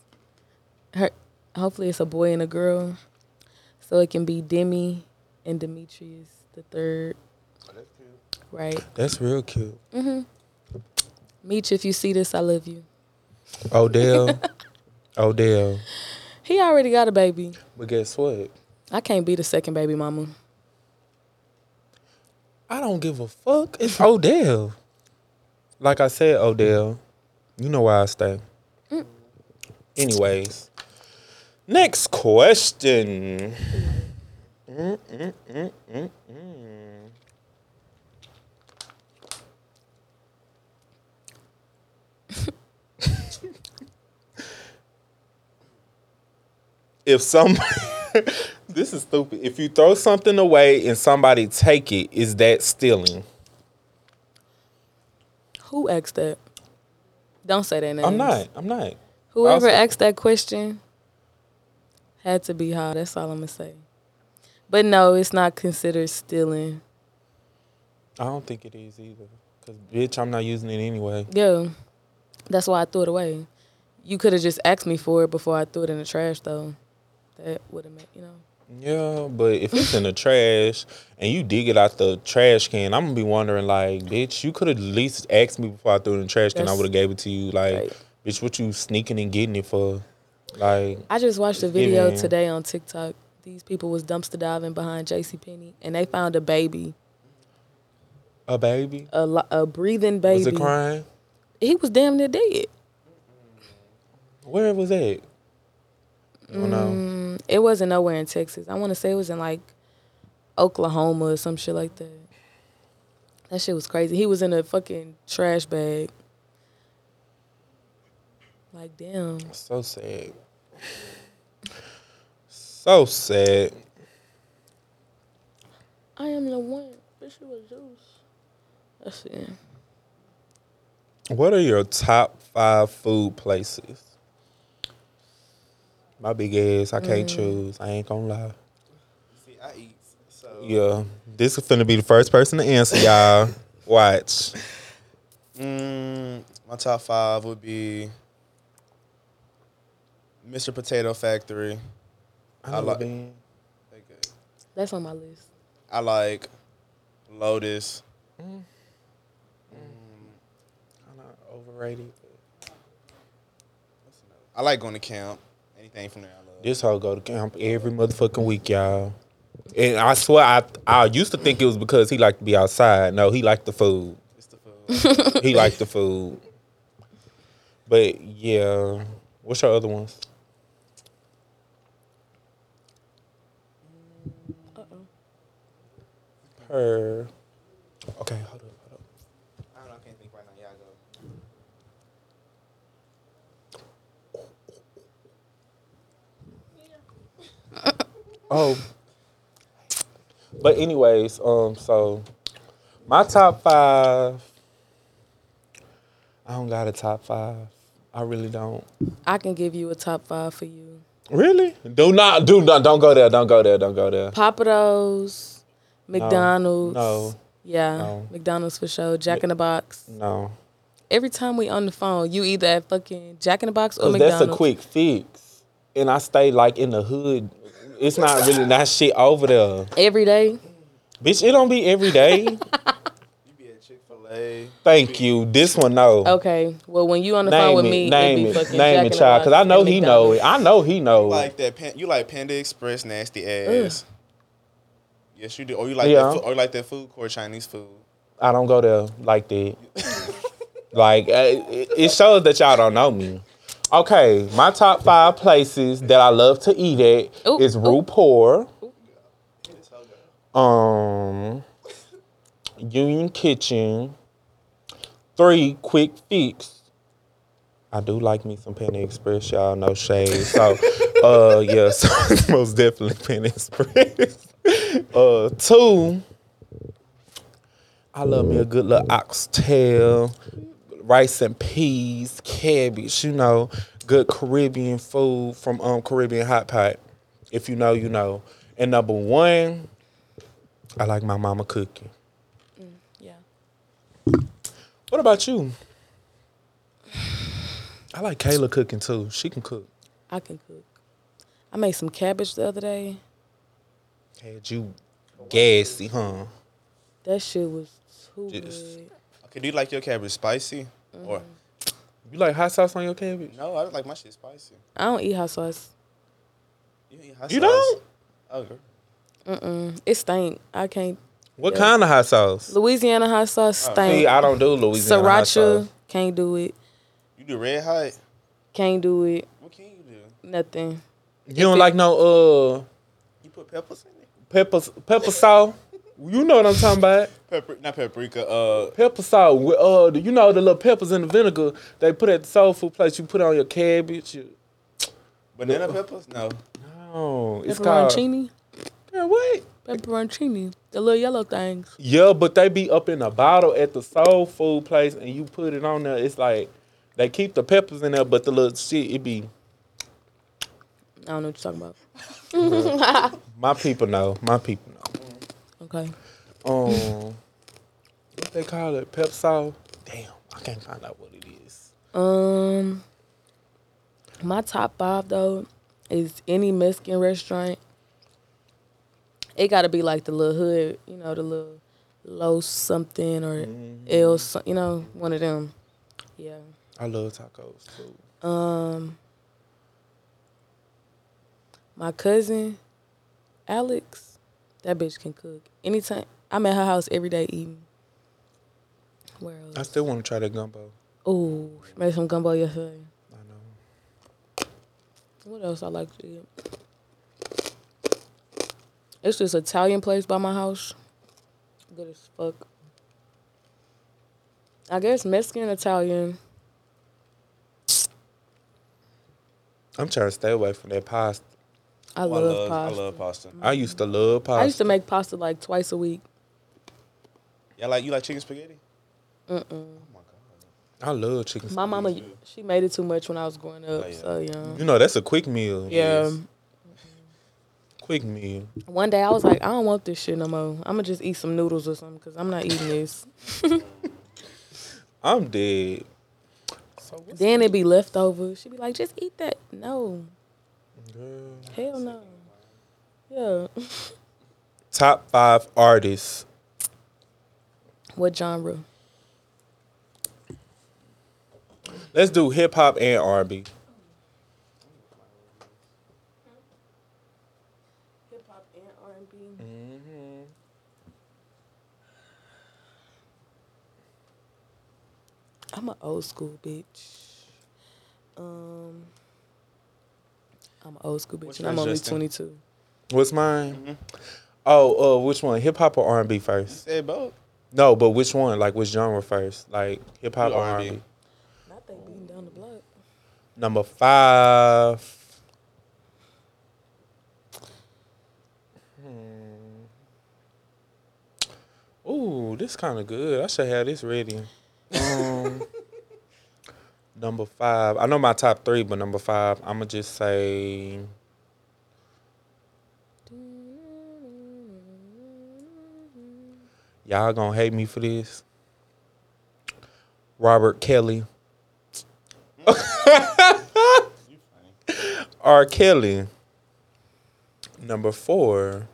A: her hopefully it's a boy and a girl. So it can be Demi and Demetrius the third.
B: Oh,
A: Right.
B: That's real cute.
A: Mm-hmm. Meech, if you see this, I love you.
B: Odell. Odell.
A: He already got a baby.
B: But guess what?
A: I can't be the second baby mama.
B: I don't give a fuck. It's Odell. Like I said, Odell, you know why I stay. Anyways, next question. Mm, mm, mm, mm, mm. if some this is stupid. If you throw something away and somebody take it, is that stealing?
A: Who asked that? Don't say that name.
B: I'm not. I'm not.
A: Whoever
B: Also-
A: asked that question had to be high. That's all I'm gonna say. But no, it's not considered stealing.
B: I don't think it is either. Cause bitch, I'm not using it anyway.
A: Yeah, that's why I threw it away. You could have just asked me for it before I threw it in the trash, though. That would have meant, you know.
B: Yeah, but if it's in the trash and you dig it out the trash can, I'm gonna be wondering like, bitch, you could have at least asked me before I threw it in the trash can. I
A: That's-
B: would have gave it to you. Like,
A: Right.
B: bitch, what you sneaking and getting it for? Like,
A: I just watched a
B: Just give
A: video
B: me-
A: today on TikTok. These people was dumpster diving behind JCPenney, and they found a baby,
B: a baby?
A: a, lo- a breathing baby.
B: Was it crying?
A: He was damn near dead.
B: Where was that? I don't know.
A: Mm, it wasn't nowhere in Texas. I want to say it was in like Oklahoma or some shit like that. That shit was crazy. He was in a fucking trash bag. Like damn.
B: So sad. So sad.
A: I am the one. Bitch, you was Zeus. That's it.
B: What are your top five food places? My big ass, I can't choose. I ain't gonna lie.
C: See, I eat. So
B: Yeah, this is finna be the first person to answer, y'all. Watch.
C: Mm, my top five would be Mr. Potato Factory. I
B: I
C: like-
B: like being
C: They good.
A: That's on my list.
C: I like Lotus. Mm,
B: kind of overrated.
C: what's another- I like going to camp. Anything from there, I love.
B: This hoe go to camp every motherfucking week, y'all. And I swear, I I used to think it was because he liked to be outside. No, he liked the food.
C: It's the food.
B: He liked the food. But yeah, what's your other ones?
A: Uh oh.
B: Her. Okay, hold up, hold up.
C: I don't know. I can't think right now. Y'all go.
B: Oh. But anyways, um, so my top five. I don't got a top five. I really don't.
A: I can give you a top five for you.
B: Really? Do not do not don't go there. Don't go there. Don't go there.
A: Papados, McDonald's.
B: No.
A: Yeah,
B: No.
A: McDonald's for sure. Jack in the Box.
B: No.
A: Every time we on the phone, you either at fucking Jack in the Box or
B: Because
A: McDonald's.
B: that's a quick fix. And I stay like in the hood. It's not really not shit over there.
A: Every day.
B: Bitch, it don't be every day.
C: You be at Chick Fil A.
B: Thank you. This one no.
A: Okay. Well, when you on the phone
B: Name
A: with
B: it,
A: me, it
B: name
A: be
B: it,
A: fucking Jack
B: name
A: in
B: it,
A: the
B: child,
A: Box
B: because I know
A: and
B: he know it.
A: McDonald's.
B: I know he know
C: You
B: it.
C: like that? Pan- you like Panda Express nasty ass? Yes, you do. Or you like
B: Yeah.
C: that? Food, or you like that food court Chinese food?
B: I don't go there like that. like uh, it, it shows that y'all don't know me. Okay, my top five places that I love to eat at
A: Ooh,
B: is
A: ooh.
B: RuPaul,
C: It's so good.
B: um, Union Kitchen, three Quick Fix. I do like me some Penny Express, y'all. No shade. So, uh, yeah, so it's most definitely Penny Express. uh, two. I love me a good little oxtail, rice and peas, cabbage, you know, good Caribbean food from um Caribbean Hot Pot. If you know, you know. And number one, I like my mama cooking.
A: Yeah.
B: What about you? I like Kayla cooking too. She can cook.
A: I can cook. I made some cabbage the other day.
B: Had you gassy, huh?
A: That shit was too
B: Just-
A: good.
C: Okay, do you like your cabbage spicy? Or
B: You like hot sauce on your cabbage?
C: no, I don't like my shit spicy.
A: I don't eat hot sauce.
C: You, eat hot
B: You
C: sauce.
B: don't?
C: Oh, girl.
A: Mm-mm. It stank. I can't.
B: What
A: Yeah.
B: kind of hot sauce?
A: Louisiana hot sauce
C: Oh,
B: See,
A: stank.
B: I don't do Louisiana hot
A: Sriracha
B: sauce.
A: can't do it.
C: You do red hot?
A: Can't do it.
C: What can you do?
A: Nothing.
B: You don't like no uh
C: You put peppers in it?
B: pepper pepper salt. You know what I'm talking about.
C: Pepper, not paprika. Uh,
B: Pepper salt with uh, the- you know the little peppers in the vinegar they put at the soul food place. You put on your cabbage. You,
C: banana peppers? No.
B: no, it's called.
A: Pepperoncini.
B: Yeah, what?
A: Pepperoncini. The little yellow things.
B: Yeah, but they be up in a bottle at the soul food place, and you put it on there. It's like they keep the peppers in there, but the little shit it be.
A: I don't know what you're talking about.
B: My people know. My people know.
A: Okay.
B: Um, what they call it? Pep salt. Damn, I can't find out what it is.
A: Um, my top five though is any Mexican restaurant. It got to be like the little hood, you know, the little low something or
B: Mm-hmm.
A: el, so- you know, one of them. Yeah.
B: I love tacos too.
A: Um, my cousin, Alex, that bitch can cook. Anytime I'm at her house every day eating. Where
B: I
A: else?
B: still want to try that gumbo.
A: Ooh, she made some gumbo yesterday.
B: I know.
A: What else I like to eat? It's this Italian place by my house. Good as fuck. I guess Mexican, Italian.
B: I'm trying to stay away from that pasta.
A: I,
C: Oh,
A: love, pasta.
C: I love pasta.
B: I used to love pasta.
A: I used to make pasta like twice a week.
C: Yeah, like you like chicken spaghetti?
A: Mm-mm.
C: Oh my god.
B: I love chicken.
A: My mama, she made it too much when I was growing up.
C: Oh, yeah.
A: So
B: sp-
A: yeah,
B: You know that's a quick meal.
A: yeah.
C: Yes.
B: Quick meal.
A: One day I was like, I don't want this shit no more. I'm gonna just eat some noodles or something because I'm not eating this.
B: I'm dead.
A: then it be leftovers. She'd be like, just eat that. No,
B: Girl.
A: hell no. Yeah.
B: Top five artists.
A: What genre?
B: Let's do hip hop and R&B.
A: Hip hop and R and B.
B: Mm-hmm.
A: I'm an old school bitch. Um, I'm an old school bitch,
C: What's
A: and I'm
C: yours,
A: only
C: Justin?
A: 22.
B: What's mine?
C: Mhm.
B: Oh, uh, which one? Hip hop or R&B
C: You
B: first?
C: said both.
B: No, but which one? Like which genre first? Like hip hop
C: Do
B: or
C: R&B.
B: R&B?
A: Not they beating down the block.
B: Number five. Hmm. Ooh, this kind of good. I should have this ready. Um, number five. I know my top three, but number five, I'm gonna just say. Y'all gonna hate me for this. Robert Kelly.
C: You funny.
B: R. Kelly. Number four.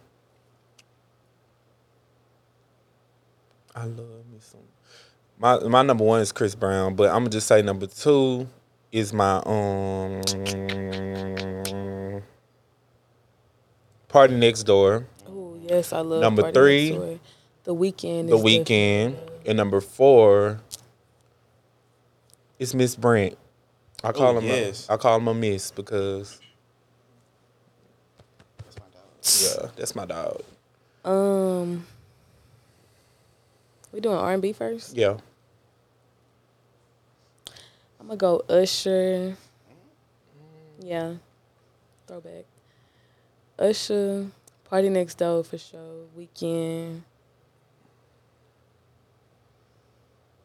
B: I love me some. My my number one is Chris Brown, but I'm gonna just say number two is my um party next door.
A: Oh yes, I love
B: Number
A: Party
B: three,
A: Next Door. The weekend.
B: the
A: is
B: weekend, and number four is Miss Brent. I call
C: Oh,
B: him.
C: yes.
B: A, I call him a miss because
C: That's my dog.
B: yeah, that's my dog.
A: the- um, we doing R and B first.
B: Yeah.
A: I'm gonna go Usher. Yeah, throwback. Usher, Party Next Door for sure. Weekend.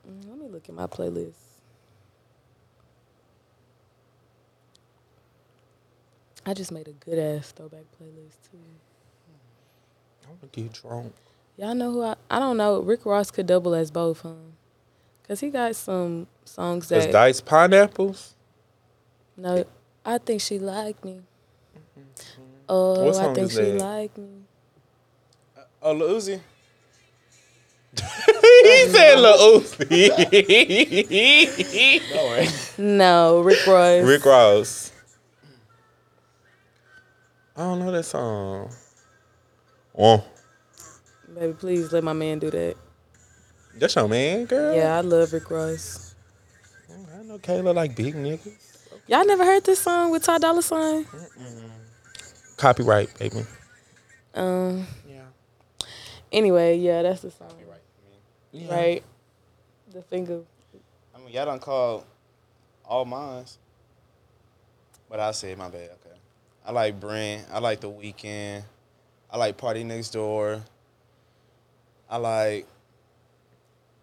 A: Mm, Let me look at my playlist. I just made a good ass throwback playlist too.
B: I want to get drunk.
A: Y'all know who I? I don't know. Rick Ross could double as both, huh? Cause he got some songs
B: Does
A: that
B: Dice pineapples?
A: no. I think she liked me. Mm-hmm. Oh,
B: What
A: I
B: song
A: think
B: is
A: she
B: that?
A: liked me.
C: Oh, Lil Uzi.
B: he said Lil Uzi.
C: Don't worry.
A: No, Rick Ross.
B: Rick Ross. I don't know that song. Oh,
A: Baby, please let my man do that.
B: that's your man, girl.
A: Yeah, I love Rick Ross.
B: I know Kayla like big niggas.
A: Y'all never heard this song with Ty Dolla Sign?
B: Copyright, baby.
A: Um.
B: Yeah.
A: Anyway, yeah, that's the song,
C: You're right. I mean,
A: right? The finger.
C: I mean, y'all done called all mines. But I said my bad. Okay. I like Brent. I like The Weekend. I like Party Next Door. I like.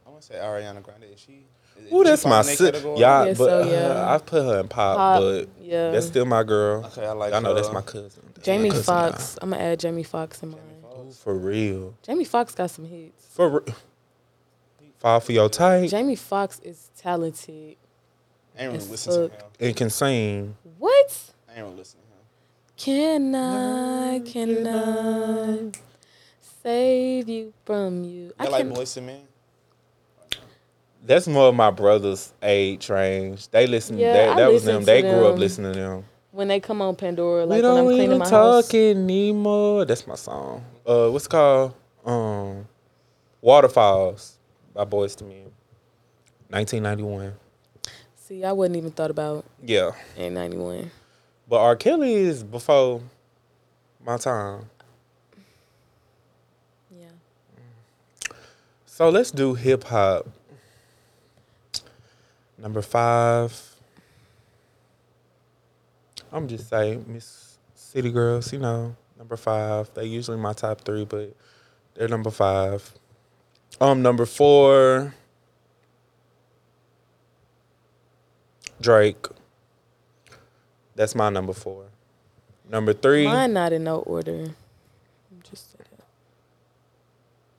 C: I want to say Ariana Grande. Is she? is-
B: Ooh,
C: is she
B: that's
C: fall
B: my
C: in that
B: sister.
C: category?
B: Y'all,
A: Yes,
B: but
A: so, yeah.
B: uh, I put her in pop,
A: Pop,
B: but
A: yeah.
B: that's still my girl.
C: Okay, I like.
B: Y'all know that's
C: uh,
B: my cousin. That's
A: Uh, Jamie
B: my cousin,
A: Foxx. I'm gonna add Jamie Foxx in mine.
C: Jamie
B: y'all. Ooh,
C: Foxx.
B: for real.
A: Jamie Foxx got some hits.
B: For real. Fall for your type
A: Jamie Foxx is talented.
C: I ain't really
A: as
C: listening to
A: fuck.
C: him.
B: and can sing.
A: What?
C: I ain't really listening to him.
A: Can I, can I save you from you? I
C: Y'all like
A: can.
C: Boys to Men?
B: That's more of my brother's age range. They listen.
A: Yeah, I
B: that that was
A: listen
B: them.
A: to
B: They grew up
A: them.
B: listening to them.
A: When they come on Pandora,
B: we
A: like when
B: don't
A: I'm cleaning
B: even
A: my house.
B: talking anymore. That's my song. Uh, what's it called? Um, Waterfalls by Boys to Men. 1991.
A: See, I wouldn't even thought about
B: Yeah,
A: in '91.
B: but R. Kelly is before my time.
A: Yeah.
B: So let's do hip hop. Number five. I'm just saying, Miss City Girls, you know, number five. They usually my top three, but they're number five. Um, number four. Drake. That's my number four. Number three,
A: Mine not in no order. Just say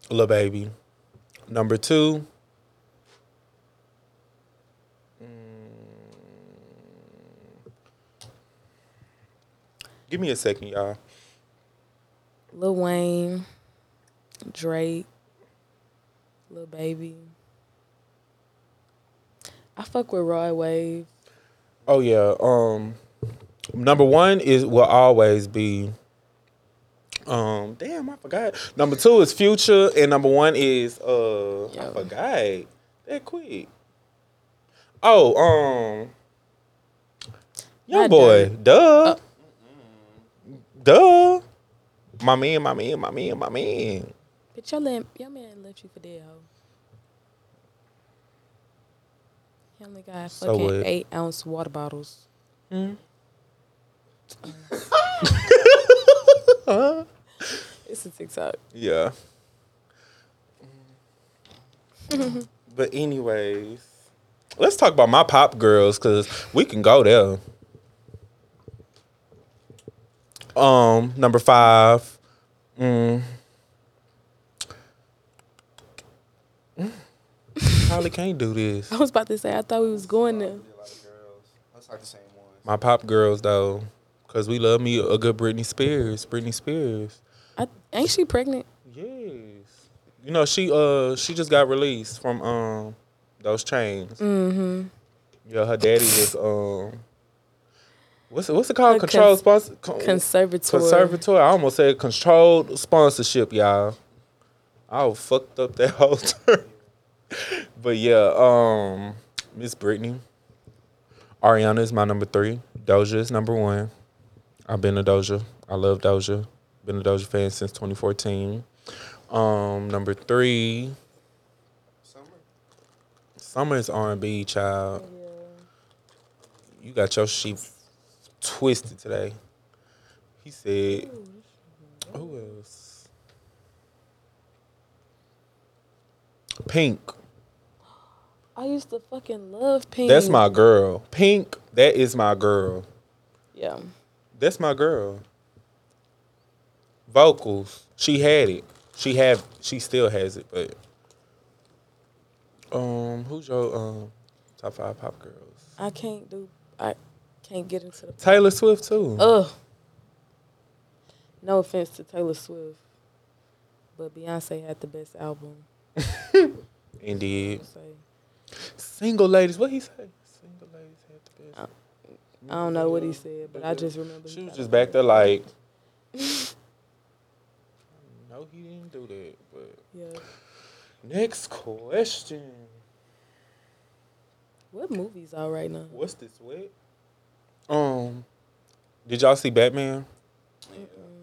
A: that.
B: Lil Baby. Number two. Mm. Give me a second, y'all.
A: Lil Wayne, Drake, Lil Baby. I fuck with Roy Wave.
B: Oh yeah. Um, number one is will always be. Um, damn, I forgot. Number two is Future, and number one is uh,
A: Yeah.
B: I forgot that quick. Oh, um, young
A: Not
B: boy, duh,
A: Uh.
B: duh, my man, my man, my man, my man.
A: Bitch, your, lam- your man left you for dead, hoe. He only got
B: So
A: fucking
B: what?
A: eight ounce water bottles. It's a TikTok.
B: Yeah. but anyways, let's talk about my pop girls because we can go there. Um, number five. Mm. Probably can't do this.
A: I was about to say, I thought we was going
C: I
A: there.
C: really like girls. Let's like the same ones.
B: My pop girls though, cause we love me a good Britney Spears. Britney Spears.
A: I, ain't she pregnant?
B: Yes. You know, she uh she just got released from um those chains.
A: Mm-hmm.
B: Yeah, her daddy was um what's it what's it called?
A: A
B: Control
A: cons-
B: sponsor con-
A: Conservator.
B: conservatory. I almost said controlled sponsorship, y'all. I was fucked up that whole term. but yeah, um Miss Brittany. Ariana is my number three. Doja is number one. I've been a Doja. I love Doja. Been a Doja fan since 2014. Um, number three,
C: Summer?
B: Summer is R&B, child.
A: Yeah.
B: You got your sheep twisted today. He said, who else? Pink.
A: I used to fucking love Pink.
B: That's my girl. Pink, that is my girl.
A: Yeah.
B: That's my girl. Vocals. She had it. She have. She still has it. But um, who's your um top five pop girls?
A: I can't do. I can't get into the.
B: Taylor Swift too.
A: Ugh. No offense to Taylor Swift, but Beyonce had the best album.
B: Indeed.
A: So
B: Single ladies. What he say? Single ladies have the best.
A: I don't know what he said, but I just remember. he
B: She was
A: got
B: just
A: it.
B: back there like. no, he didn't do that. But
A: Yeah.
B: next question.
A: What movies out right now?
B: What's this wet? Um, did y'all see Batman?
A: Mm.
C: Yeah.
A: Uh-uh.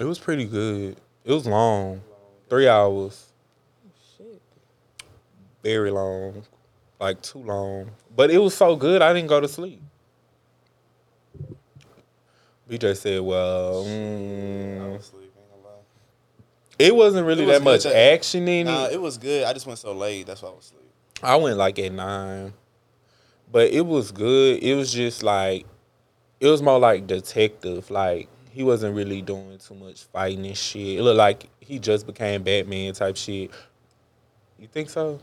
B: It was pretty good. It was long, three
A: Oh,
B: hours,
A: shit.
B: very long, like too long. But it was so good, I didn't go to sleep. BJ said, "Well,
C: I
B: mm,
C: was sleeping a lot.
B: it wasn't really
C: It was
B: that much
C: good.
B: action in
C: Nah,
B: it.
C: it was good. I just went so late. That's why I was asleep.
B: I went like at nine, but it was good. It was just like, it was more like detective. Like he wasn't really doing too much fighting and shit. It looked like he just became Batman type shit. You think so?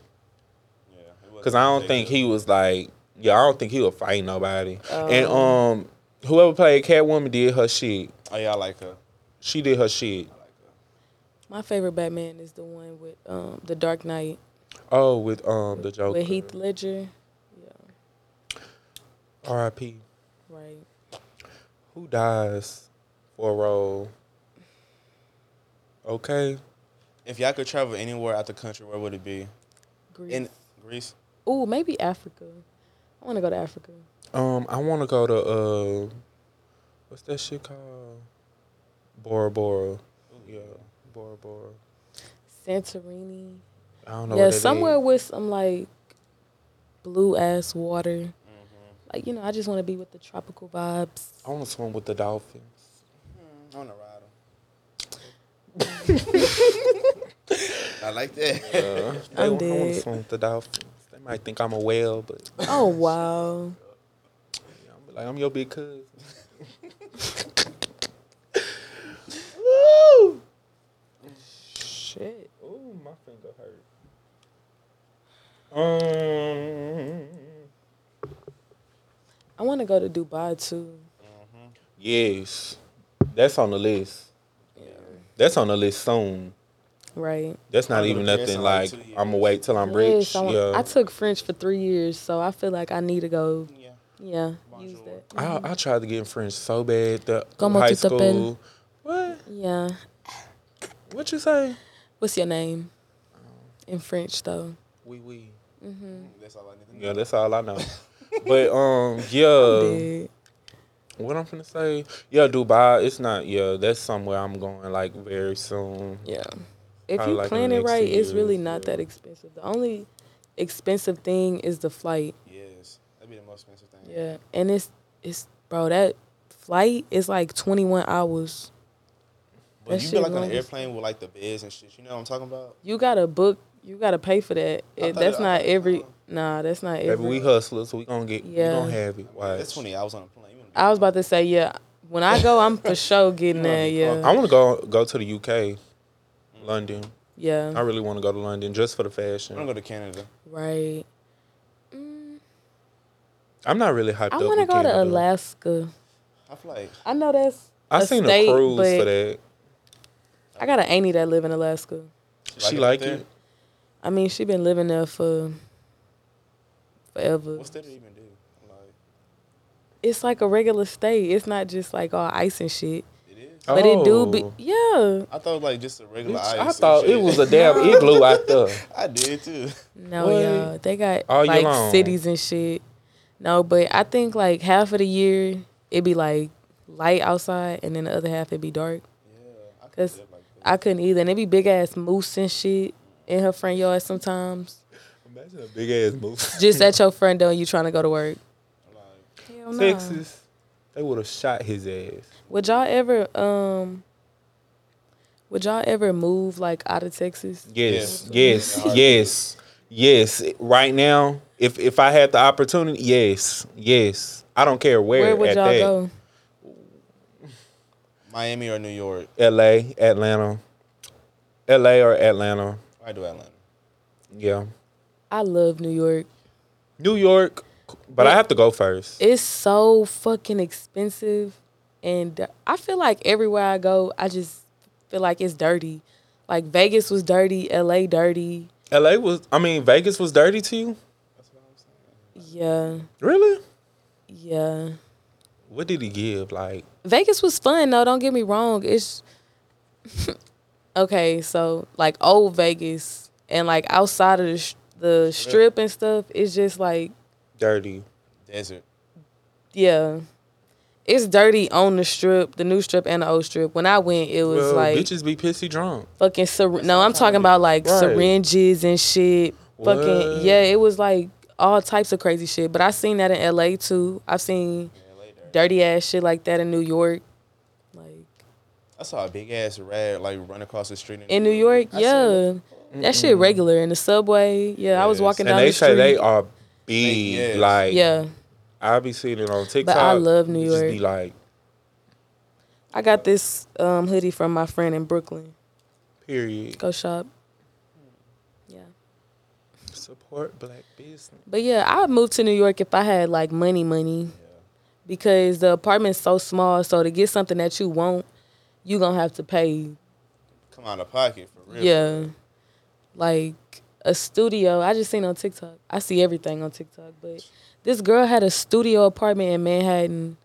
C: Yeah. it wasn't
B: Because I don't
C: that
B: think
C: good.
B: he was like, yeah, I don't think he would fight nobody. And
A: Um.
B: um, whoever played Catwoman did her shit.
C: Oh yeah, I like her.
B: She did her shit.
C: I like her.
A: My favorite Batman is the one with um the Dark Knight
B: Oh, with um the Joker.
A: with Heath Ledger. Yeah.
B: R.I.P.
A: Right.
B: Who dies for a role? Okay,
C: If y'all could travel anywhere out the country, where would it be?
A: Greece.
C: In Greece.
A: Ooh, maybe Africa. I want to go to Africa.
B: um, I want to go to uh, what's that shit called? Bora Bora.
C: Oh,
B: Yeah, Bora Bora.
A: Santorini.
B: I don't know.
A: yeah,
B: what that
A: somewhere
B: is.
A: with some like blue ass water.
B: Mm-hmm.
A: Like you know, I just want to be with the tropical vibes.
B: I want to swim with the dolphins.
C: I want to ride her. I like that.
B: Uh, they,
A: I'm
B: want- I want
A: dead.
B: to swim with the dolphins. They might think I'm a whale, but
A: Oh wow,
B: Yeah, I'm like, I'm your big cuz. Woo!
A: shit.
B: Ooh, my finger hurt. Um,
A: I want to go to Dubai too.
B: yes, that's on the list. That's on the list soon.
A: Right.
B: That's not
C: I'm
B: even
C: gonna dress
B: nothing
C: in like
B: like,
C: two years.
B: I'm gonna wait till I'm
A: Yes,
B: rich.
A: I, want-
B: yeah,
A: I took French for three years, so I feel like I need to go.
C: Yeah.
A: Yeah,
C: Bonjour.
A: use that.
B: I, I tried to get in French so bad. The
A: Comment
B: high
A: tu t'appelles?
B: school. What?
A: Yeah.
B: What you say?
A: What's your name? In French though.
B: We we.
A: Mm-hmm.
C: That's all I need to know.
B: Yeah, that's all I know. but um, yeah.
A: Big.
B: What I'm finna say, yeah, Dubai. It's not, yeah. That's somewhere I'm going like very soon.
A: Yeah. If
B: Probably
A: you
B: like in
A: plan
B: the
A: it
B: next
A: right,
B: two
A: it's really
B: years,
A: not
B: yeah.
A: that expensive. The only expensive thing is the flight.
C: Yes. That'd be the most expensive thing.
A: Yeah, and it's it's bro that flight is like twenty one hours.
C: But
A: That
C: you
A: shit
C: be like on
A: long
C: an
A: as-
C: airplane with like the beds and shit. You know what I'm talking about?
A: You gotta book. You gotta pay for that.
C: I
A: It,
C: thought
A: that's
C: it- I
A: not
C: thought it
A: every.
C: was-
A: Nah, that's not
B: Baby, we
A: every.
B: hustlers, so we gonna get, we
A: Yeah.
B: gonna have it.
C: I mean, That's
B: Watch.
C: 20 hours on a plane. You wanna be
A: I was about
C: drunk.
A: to say yeah. When I go, I'm for sure getting
C: You wanna
A: there.
C: be
B: I
A: Yeah,
C: drunk.
B: want to go go to the UK, London. I
A: yeah,
B: really want to go to London just for the
C: Mm. I'm
B: fashion.
C: gonna go to Canada.
A: right. Mm,
B: I'm not really hyped
A: I want
B: up.
A: to
B: with
A: go to
B: Canada.
A: Alaska.
C: I feel like
A: I know that's.
B: I
A: a
B: seen
A: state,
B: a cruise
A: but
B: for that.
A: I got an auntie that live in Alaska.
B: She like
C: like it up
B: it.
A: I mean, she been living there for forever.
C: what's that even do? Like
A: It's like a regular state. It's not just like all ice and shit.
C: it is.
A: But it do be
B: Oh.
A: yeah.
C: I thought like just a regular
B: Bitch,
C: ice.
B: I
C: and
B: thought
C: shit.
B: it was a damn igloo out there.
C: I did too.
A: No,
B: What?
A: y'all. They got
B: All year
A: like
B: long.
A: cities and shit. No, but I think like half of the year it be like light outside and then the other half it be dark.
C: Yeah. I could
A: Cause
C: live like that.
A: I couldn't either. And it be big ass moose and shit in her front yard sometimes.
B: Imagine a big ass move.
A: Just at your front door and you trying to go to work.
C: Like,
A: Hell no.
B: Texas, they would have shot his ass.
A: Would y'all ever um would y'all ever move like out of Texas?
B: Yes,
C: Yes.
B: yes, yes, yes. Right now, if if I had the opportunity, yes, yes. I don't care where.
A: Where would
B: at
A: y'all
B: that.
A: go?
C: Miami or New York?
B: L.A., Atlanta, L.A. or Atlanta.
C: I do Atlanta.
B: Yeah,
A: I love New York.
B: New York, but I have to go first.
A: It's so fucking expensive, and I feel like everywhere I go, I just feel like it's dirty. Like Vegas was dirty, LA dirty.
B: L.A. was, I mean, Vegas was dirty to you.
A: Yeah,
B: Really?
A: yeah.
B: What did he give? Like,
A: Vegas was fun though. Don't get me wrong. It's okay. So like old Vegas and like outside of the, sh- the strip and stuff, it's just like
B: dirty.
C: Desert.
A: yeah, it's dirty on the strip, the new strip and the old strip. When I went, it was
B: well,
A: like
B: bitches be pissy drunk.
A: fucking syr- no. I'm talking about like
B: Right.
A: syringes and shit.
B: What?
A: Fucking yeah, it was like all types of crazy shit. But I seen that in L.A. too. I've seen
C: LA dirty.
A: dirty ass shit like that in New York. Like
C: I saw a big ass rat like run across the street
A: in New York,
C: I seen
A: yeah.
C: it.
A: That shit regular in the subway. Yeah, I was
C: Yes.
A: walking
B: And
A: down
B: they
A: the
B: say
A: street.
B: they are big.
C: yes.
B: Like,
A: yeah,
B: I be seeing it on TikTok.
A: love New
B: It just
A: York.
B: Be like,
A: I got this um, hoodie from my friend in Brooklyn.
B: period.
A: Go shop. Yeah,
B: Support black business.
A: but yeah, I'd move to New York if I had like money, money, because the apartment's so small. So to get something that you want, you gonna have to pay.
C: Come out of pocket for real.
A: Yeah, like a studio. I just seen on TikTok. I see everything on TikTok, but this girl had a studio apartment in Manhattan,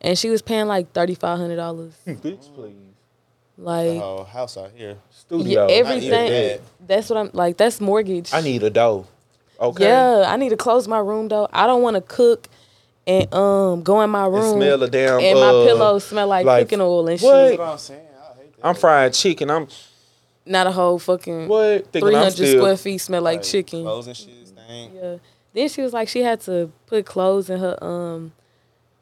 A: and she was paying like thirty five hundred dollars.
B: Bitch, please.
A: Like
C: The whole house out here.
B: Studio.
A: Yeah,
C: Not even
A: Everything-
C: that.
A: That's what I'm like. That's mortgage.
B: I need a dough. Okay.
A: Yeah, I need to close my room though. I don't want to cook and um go in my
B: And
A: room
B: smell a damn.
A: and my
B: uh,
A: pillow smell like,
B: like,
A: cooking oil and
B: what?
A: shit.
C: That's what I'm saying. I hate that.
B: I'm fried chicken. I'm
A: Not a whole fucking
B: what?
A: three
B: Thinking I'm
A: hundred
B: still.
A: square feet smell like chicken.
C: Clothes and shit stank.
A: Yeah. Then she was like, she had to put clothes in her um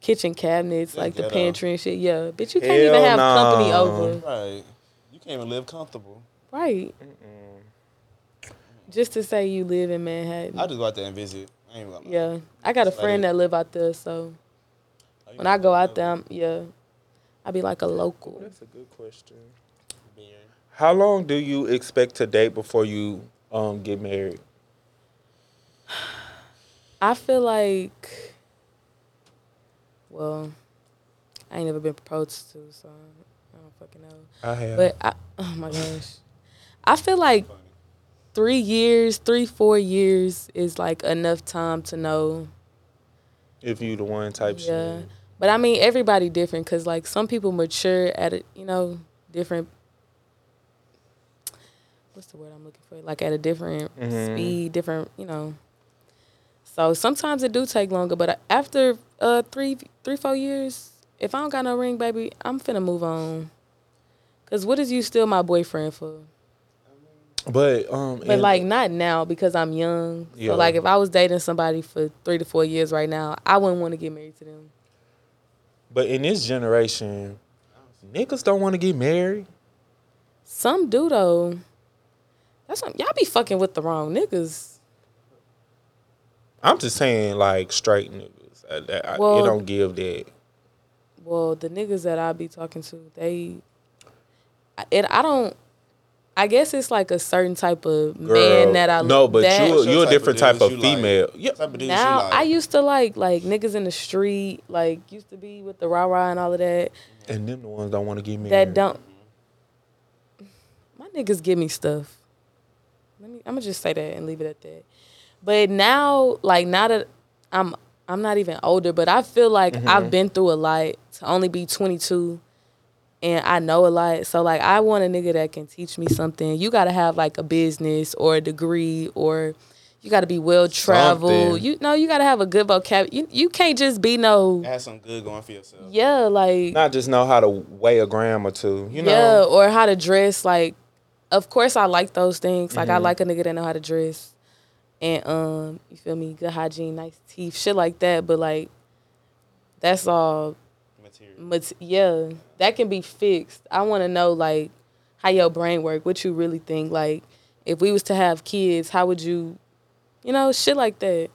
A: kitchen cabinets,
C: That's
A: like the
C: ghetto.
A: pantry and shit. Yeah, bitch, you can't
B: Hell
A: even have company
B: nah.
A: over,
C: Right. You can't even live comfortable.
A: right? Just to say you live in Manhattan.
C: I just go out there and visit. I ain't gonna lie.
A: yeah, I got a
C: Like
A: friend
C: it-
A: that live out there, so.
C: Oh, you
A: When I go out there,
C: live
A: I'm, yeah, I be like a local.
B: That's a good question.
C: there.
B: How long do you expect to date before you um get married?
A: I feel like, well, I ain't never been proposed to, so I don't fucking know.
B: I have.
A: But I, oh my gosh, I feel like
C: Funny.
A: three years, three four years is like enough time to know.
B: if you the one type
A: yeah,
B: shit.
A: but I mean everybody different, cause like some people mature at a you know different. What's the word I'm looking for? Like at a different
B: Mhm.
A: speed, different, you know. So sometimes it do take longer, but after uh three, three, four years, if I don't got no ring, baby, I'm finna move on. Cause what is you still my boyfriend for?
B: But um
A: But like not now because I'm young.
B: Yeah.
A: So like if I was dating somebody for three to four years right now, I wouldn't want to get married to them.
B: but in this generation, niggas don't want to get married.
A: Some do though. That's what, y'all be fucking with the wrong niggas.
B: I'm just saying like straight niggas. I, that- I-
A: Well-
B: it don't give that.
A: Well, the niggas that I be talking to, they, I- it I don't. I guess it's like a certain type of man that I
B: no, but
A: that,
B: you
C: Your
B: you a
C: type of
B: different type
C: dudes
B: of
C: you like.
B: female. Yeah,
C: What type of dudes
A: now
C: you like?
A: I used to like like niggas in the street, like used to be with the rah rah and all of that.
B: and them the ones don't want to get married.
A: That don't. My niggas give me stuff. Let me. I'm gonna just say that and leave it at that. But now, like now that I'm, I'm not even older, but I feel like I've been through a lot to only be 22, and I know a lot. So like, I want a nigga that can teach me something. You gotta have like a business or a degree or. You gotta be well traveled.
B: Something.
A: You know, you gotta have a good vocab. You, you can't just be no,
C: have some good going for yourself.
A: yeah, like
B: Not just know how to weigh a gram or two.
A: yeah,
B: You know.
A: or how to dress. Like, of course, I like those things. Like, I
B: Mm-hmm.
A: like a nigga that know how to dress, and um, you feel me? Good hygiene, nice teeth, shit like that. But like, that's all.
C: Material.
A: But yeah, that can be fixed. I want to know like how your brain work, what you really think. Like, if we was to have kids, how would you, you know, shit like that.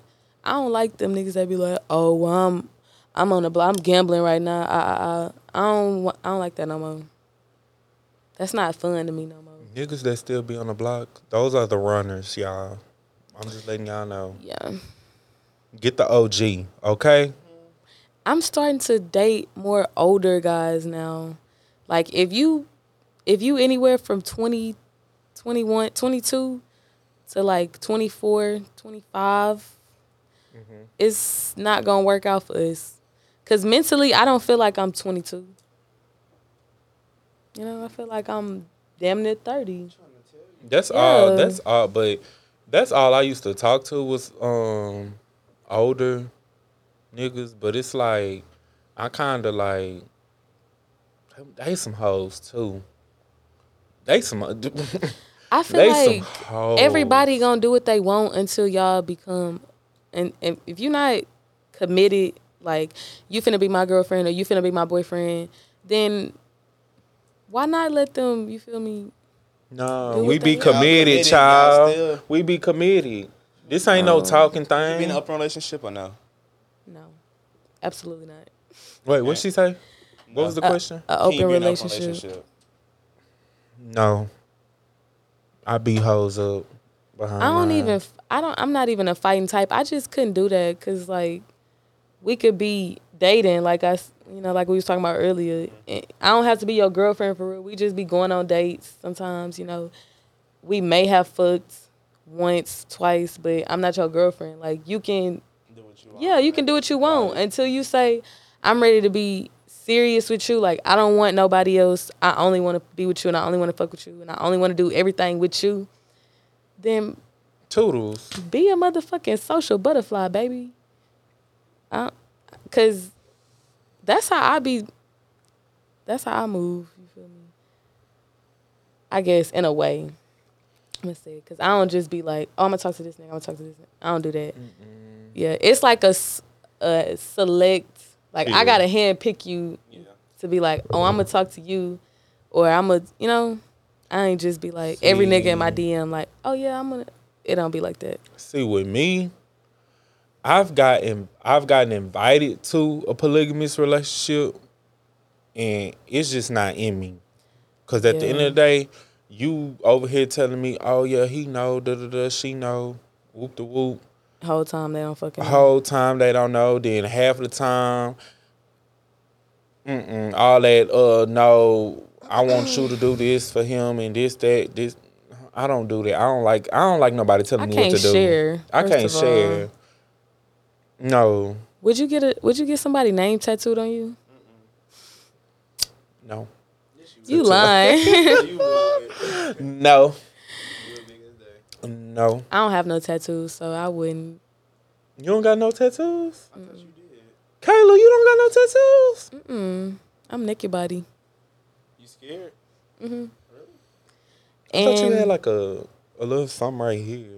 A: I don't like them niggas that be like, oh, well, I'm. I'm on the block. I'm gambling right now. I I I, I don't wa- I don't like that no more. That's not fun to me no more.
B: Niggas that still be on the block, those are the runners, y'all. I'm just letting y'all know.
A: Yeah.
B: Get the OG, okay?
A: I'm starting to date more older guys now. Like if you if you anywhere from 20 21 22 to like 24, 25
B: Mm-hmm.
A: it's not going to work out for us. Cuz mentally I don't feel like I'm 22. You know, I feel like I'm damn near 30.
B: That's all.
A: Yeah.
B: That's all. But that's all I used to talk to was um older niggas. But it's like I kind of like they some hoes too. They some.
A: I feel
B: they
A: like
B: some hoes.
A: everybody gonna do what they want until y'all become and, and if you're not committed like you finna be my girlfriend or you finna be my boyfriend then why not let them you feel me do
B: No,
A: what
B: we be
A: they-
C: Y'all committed,
B: committed,
C: y'all
B: child.
C: still-
B: We be committed. This ain't no talking
C: You be in
B: thing.
C: an open relationship or no?
A: no absolutely not
B: Wait, what she say? What was the
A: Uh,
B: question?
A: an
C: Can you
A: open
C: be in an
A: relationship.
B: No. I be hoes up behind.
A: i don't
B: mine.
A: even f- i don't i'm not even a fighting type i just couldn't do that because like we could be dating like i s- you know like we was talking about earlier And i don't have to be your girlfriend for real we just be going on dates sometimes you know we may have fucked once twice but i'm not your girlfriend like you can
C: Do what you want.
A: yeah you can do what you want
C: Right.
A: until you say i'm ready to be serious with you like i don't want nobody else i only want to be with you and i only want to fuck with you and i only want to do everything with you then
B: toodles.
A: be a motherfucking social butterfly, baby. I, Cause that's how I be. That's how I move. You feel me? I guess in a way. Let's see. Cause I don't just be like, oh, I'm gonna talk to this nigga. I'm gonna talk to this. Nigga. I don't do that. Yeah, it's like a, s- a select. Like
B: Yeah.
A: I gotta hand pick you
C: Yeah.
A: to be like, oh, I'm gonna talk to you, or I'm gonna, you know, I ain't just be like every nigga in my DM like, oh yeah, I'm gonna. It don't be like that.
B: See with me, I've gotten I've gotten invited to a polygamous relationship, and it's just not in me. Cause at the end
A: Yeah.
B: of the day, you over here telling me, oh yeah, he know, da da da, she know, whoop the whoop.
A: whole time they don't fucking.
B: The whole time they don't know. Then half of the time, mm-mm, all that. Uh, no, I want you to do this for him and this, that, this. I don't do that. I don't like. I don't like nobody telling
A: I
B: me
A: can't
B: what to
A: share.
B: do. I
A: first
B: can't
A: of all.
B: share. No,
A: Would you get a? Would you get somebody name tattooed on you?
B: no,
A: You lying.
C: You would.
B: no,
C: You would make his day.
B: no.
A: I don't have no tattoos, so I wouldn't.
B: You don't got no tattoos,
C: I thought you did.
B: Kayla. You don't got no tattoos.
A: Mm-mm. I'm Nicky Body.
C: You scared?
A: Mm-hmm.
B: I thought you
A: And
B: had like a a little something right here.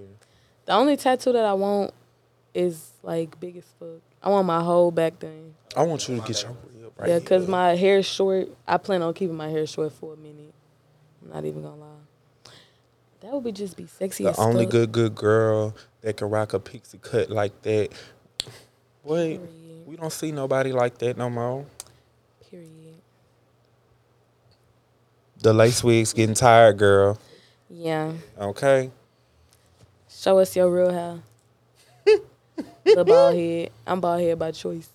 A: the only tattoo that I want is like big as fuck. I want my whole back thing.
B: I want you to get your rib right
A: Yeah, 'cause yeah, cause
B: here.
A: my hair's short. I plan on keeping my hair short for a minute. I'm not even gonna lie. That would be just be sexy.
B: the
A: as
B: only
A: fuck.
B: good good girl that can rock a pixie cut like that. Wait,
A: Period.
B: we don't see nobody like that no more.
A: Period.
B: The lace wig's getting tired, girl.
A: Yeah.
B: Okay,
A: Show us your real hair. the bald head. I'm bald head by choice.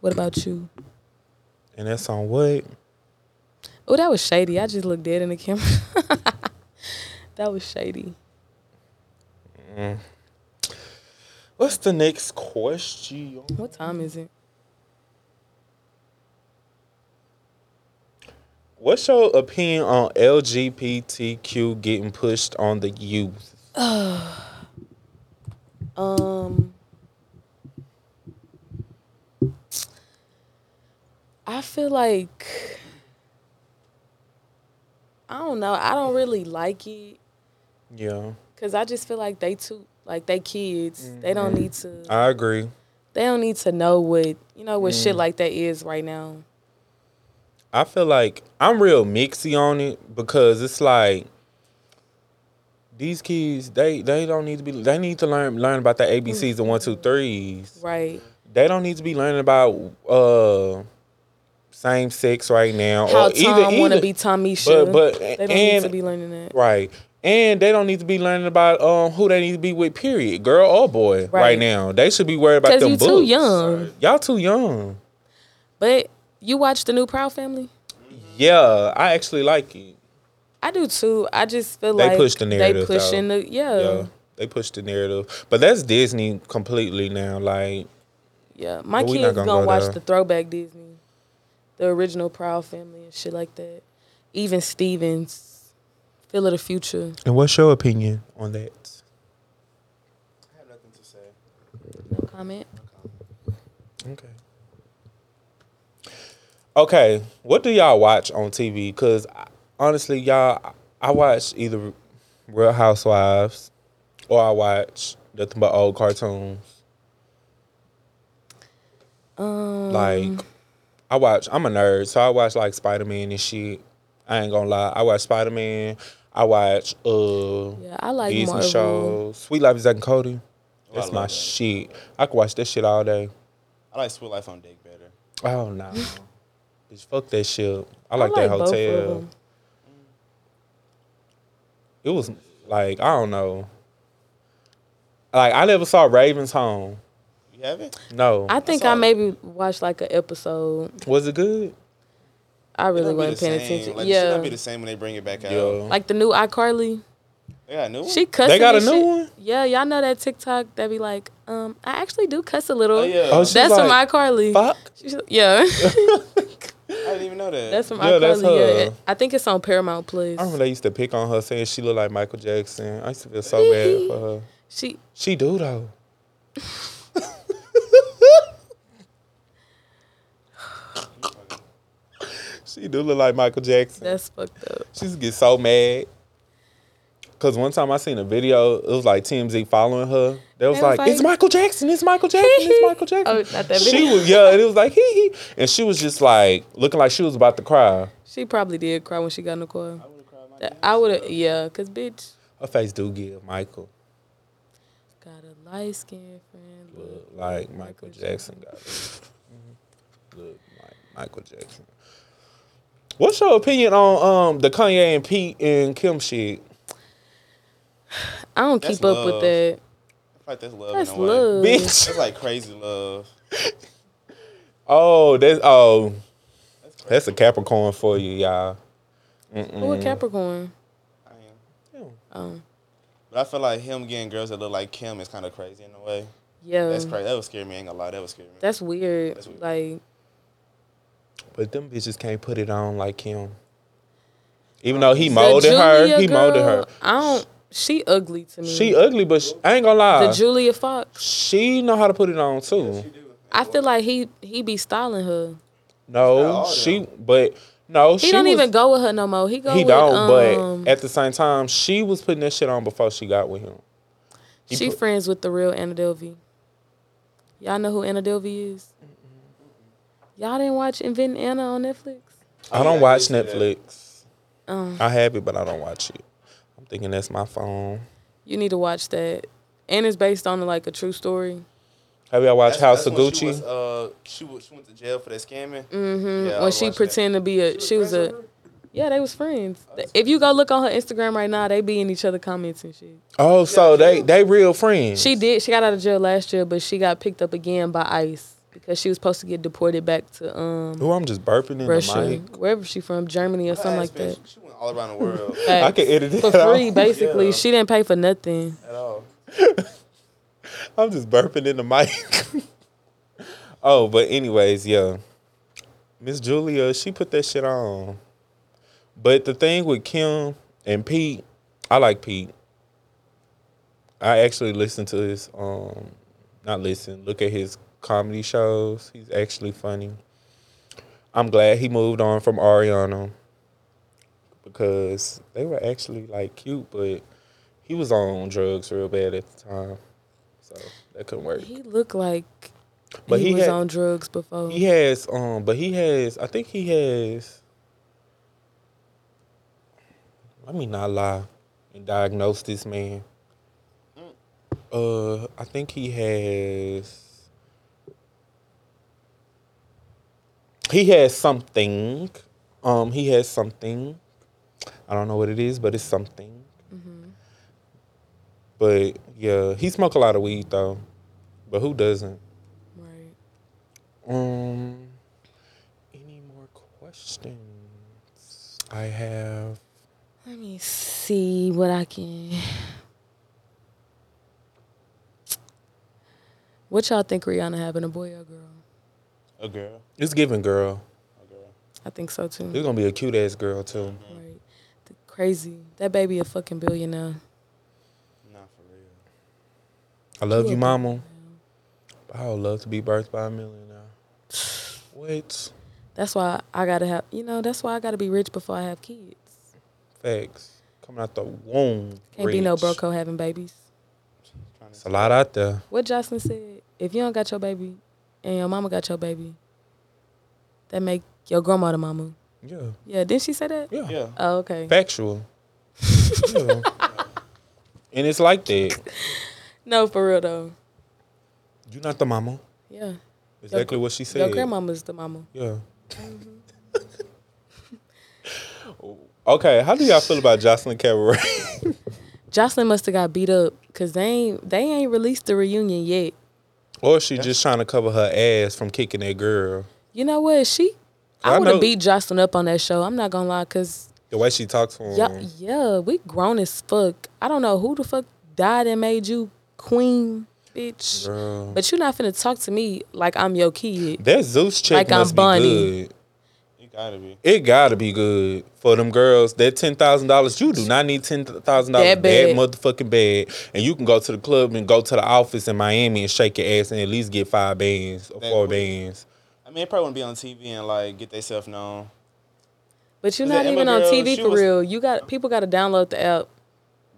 A: What about you?
B: and that's on what?
A: Oh, that was shady. I just looked dead in the camera. that was shady.
B: What's the next question?
A: What time is it?
B: What's your opinion on LGBTQ getting pushed on the youth?
A: Um, I feel like I don't know. I don't really like it
B: Yeah,
A: because I just feel like they too like they kids. They don't need to.
B: I agree.
A: they don't need to know what you know what
B: Mm.
A: shit like that is right now.
B: I feel like I'm real mixy on it because it's like these kids they they don't need to be they need to learn learn about the ABCs and one two threes.
A: Right.
B: they don't need to be learning about uh same sex right now
A: How
B: or either
A: Tom want to
B: either-
A: be Tomisha.
B: but-
A: they don't need
B: and-
A: to be learning that.
B: right. And they don't need to be learning about um who they need to be with, period, girl or boy, right,
A: Right.
B: now. They should be worried about
A: Because
B: them
A: you
B: books.
A: too young.
B: Y'all too young.
A: But you watch the new Proud Family?
B: Yeah, I actually like it.
A: I do too. I just feel
B: They
A: like
B: push the narrative,
A: They pushing the yeah,
B: Yeah,
A: yeah.
B: they push the narrative, but that's Disney completely now. Like,
A: My
B: But we not
A: kids
B: gonna
A: gonna,
B: go
A: watch
B: there.
A: the throwback Disney, the original Proud Family and shit like that. Even Stevens, Feel of the Future.
B: and what's your opinion on that?
C: I have nothing to say.
A: No comment.
B: Okay. Okay, what do y'all watch on TV? Cause I- honestly, y'all, I- I watch either Real Housewives or I watch nothing but old cartoons.
A: Um,
B: Like, I watch. I'm a nerd, so I watch like Spider Man and shit. I ain't gonna lie, I watch Spider Man. I watch uh.
A: yeah, I like
B: Disney
A: Marvel.
B: shows. Sweet Life of Zack and Cody.
C: Oh, I
B: That's
C: love
B: my
C: that.
B: shit. I could watch that shit all day.
C: I like Sweet Life on Dick better.
B: Oh no. Bitch, fuck that shit. I like, that
A: Mm. both of
B: hotel.
A: them.
B: It was like, I don't know. Like I never saw Raven's Home.
C: You have it?
B: No.
A: I think
C: saw
A: I
C: it.
A: maybe watched like an episode.
B: was it good?
A: I
C: It
A: really
C: don't be
A: wasn't
C: the
A: paying
C: same.
A: attention.
C: Like, It should
A: yeah,
C: not be the same when they bring it back out.
B: Yeah.
A: like the new iCarly.
C: They got a new one?
A: She cussing.
B: They got a
A: and
B: new
A: shit.
B: one?
A: Yeah, y'all know that TikTok that be like, um, I actually do cuss a little.
C: Oh, yeah.
B: Oh, she-
A: That's
B: She's
A: from
B: like,
A: iCarly.
B: Fuck.
A: She's- Yeah,
C: I didn't even know that.
A: that's from
B: Yeah,
A: iCarly.
B: that's
A: yeah,
B: her.
A: It- I think it's on Paramount Plus.
B: I remember they used to pick on her saying she looked like Michael Jackson. I used to feel so bad for her.
A: She
B: She do though. she do look like Michael Jackson.
A: that's fucked up.
B: She used to get so mad. Cause one time I seen a video, it was like TMZ following her. They was
A: They was
B: like, "It's
A: like-
B: Michael Jackson! It's Michael Jackson! It's Michael
A: Oh,
B: Jackson!"
A: not that
B: she
A: video.
B: was yeah, and it was like hee hee, and she was just like looking like she was about to cry.
A: She probably did cry when she got in the car.
C: I would've cried my
A: That-
C: damn
A: I would have,
C: self.
A: yeah, cause bitch
B: Her face do give Michael,
A: got a light skinned friend.
B: look
A: Look.
B: like Michael Jackson got it. Mm-hmm. Look like Michael Jackson. What's your opinion on um the Kanye and Pete and Kim shit?
A: I don't
C: That's
A: keep up with
C: love.
A: that.
C: I feel like that's love
A: That's
C: in a way.
A: love.
B: Bitch.
C: That's like crazy love.
B: Oh, that's oh
C: That's crazy.
B: that's a Capricorn for you, y'all.
A: Who
C: Mm.
A: a Capricorn?
C: I am.
A: Oh,
C: But I feel like him getting girls that look like Kim is kind of crazy in a way.
A: yeah.
C: That's crazy. That would scare me. I ain't gonna lie. That would scare me.
A: That's weird.
C: That's weird.
A: Like,
B: But them bitches can't put it on like him. Even though
A: Uh,
B: he
A: the
B: molded her,
A: Julia
B: he molded
A: girl,
B: her.
A: I don't. She ugly to me.
B: She ugly, but sh I ain't gonna
A: the
B: lie.
A: Julia Fox.
B: she know how to put it on too.
A: I feel like he he be styling her.
C: Not
B: No,
C: all
B: she,
C: them.
B: but no,
A: He
B: she
A: don't
B: was-
A: even go with her no more. He go.
B: He
A: with,
B: don't,
A: um,
B: but at the same time, she was putting that shit on before she got with him. he
A: she
B: put-
A: friends with the real Anna Delvey. Y'all know who Anna Delvey is? Y'all didn't watch Inventing Anna on Netflix?
B: I don't
C: Yeah, I
B: watch
C: did see that.
B: Netflix.
A: Um,
B: I have it, but I don't watch it. I'm thinking that's my phone.
A: you need to watch that. And it's based on like a true story.
B: Have y'all watched
C: That's-
B: House of
C: that's when
B: Gucci?
C: She, was, uh, she, was, she went to jail for that scamming.
A: Mm-hmm.
C: Yeah, I
A: when
C: was
A: she
C: watching
A: pretend to be a, she was a, yeah, they was friends. If you go look on her Instagram right now, they be in each other comments and shit.
B: oh, so they they real friends.
A: She did. She got out of jail last year, but she got picked up again by ICE because she was supposed to get deported back to um
B: Ooh, I'm just burping in the
A: Russia,
B: mic.
A: wherever she from, Germany or
C: Her
A: something
C: ass
A: like
C: been-
A: that.
C: She, she went all around the world
B: I
A: Facts.
B: can edit it
A: for free,
B: out.
A: basically.
C: Yeah.
A: She didn't pay for nothing.
C: at all.
B: I'm just burping in the mic. oh, but anyways, yeah. Miss Julia, she put that shit on. But the thing with Kim and Pete, I like Pete. I actually listen to his um not listen, look at his comedy shows. He's actually funny. I'm glad he moved on from Ariana because they were actually like cute, but he was on drugs real bad at the time. So that couldn't work.
A: He looked like
B: But
A: he,
B: he
A: was
B: had-
A: on drugs before.
B: He has um but he has I think he has let me not lie and diagnose this man. Uh I think he has he has something. Um, he has something. I don't know what it is, but it's something. But yeah, he smoke a lot of weed though. But who doesn't?
A: Right.
B: Um, any more questions? I have.
A: Let me see what I can. What y'all think Rihanna having a boy or a girl?
C: A girl.
B: It's giving girl.
C: A girl.
A: I think so too.
B: It's gonna be a cute ass girl too.
A: Right. Th- Crazy. That baby a fucking billionaire.
C: Not for real.
B: I love you, mama. I would love to be birthed by a millionaire. What?
A: That's why I gotta have you know, that's why I gotta be rich before I have kids.
B: Facts. Coming out the womb.
A: Can't be no
B: rich.
A: broco having babies.
C: Trying
B: It's a lot out there.
A: What Jocelyn said, if you don't got your baby and your mama got your baby, that make your grandma the mama.
B: Yeah.
A: Yeah, didn't she say that?
B: Yeah.
C: Yeah.
A: Oh, okay.
B: Factual. yeah. And it's like that.
A: No, for real though.
B: You're not the mama.
A: Yeah.
B: Exactly what she said.
A: Your grandmama's the mama.
B: Yeah. okay, how do y'all feel about Jocelyn Cabaret?
A: Jocelyn must have got beat up because they ain't they ain't released the reunion yet.
B: or is she just trying to cover her ass from kicking that girl?
A: You know what? She
B: I
A: I would have
B: know-
A: beat Jocelyn up on that show. I'm not gonna lie, cause
B: The way she talks to him.
A: Yeah, yeah, we grown as fuck. I don't know who the fuck died and made you queen, bitch.
B: Girl.
A: But you not finna talk to me like I'm your kid.
B: That Zeus chick
A: Like I'm
B: must be
A: Bunny.
B: good.
C: You gotta be.
B: It gotta be good for them girls. That ten thousand dollars, you do not need ten thousand dollars
A: That
B: that,
A: bad.
B: motherfucking bad, and you can go to the club and go to the office in Miami and shake your ass and at least get five bands or
C: That
B: four
C: quick.
B: bands.
C: I mean, they probably want to be on TV and like get themselves known.
A: But you
C: Is
A: not
C: it Emma
A: even on
C: girl?
A: TV
C: She
A: for
C: was-
A: real. You got people got to download the app.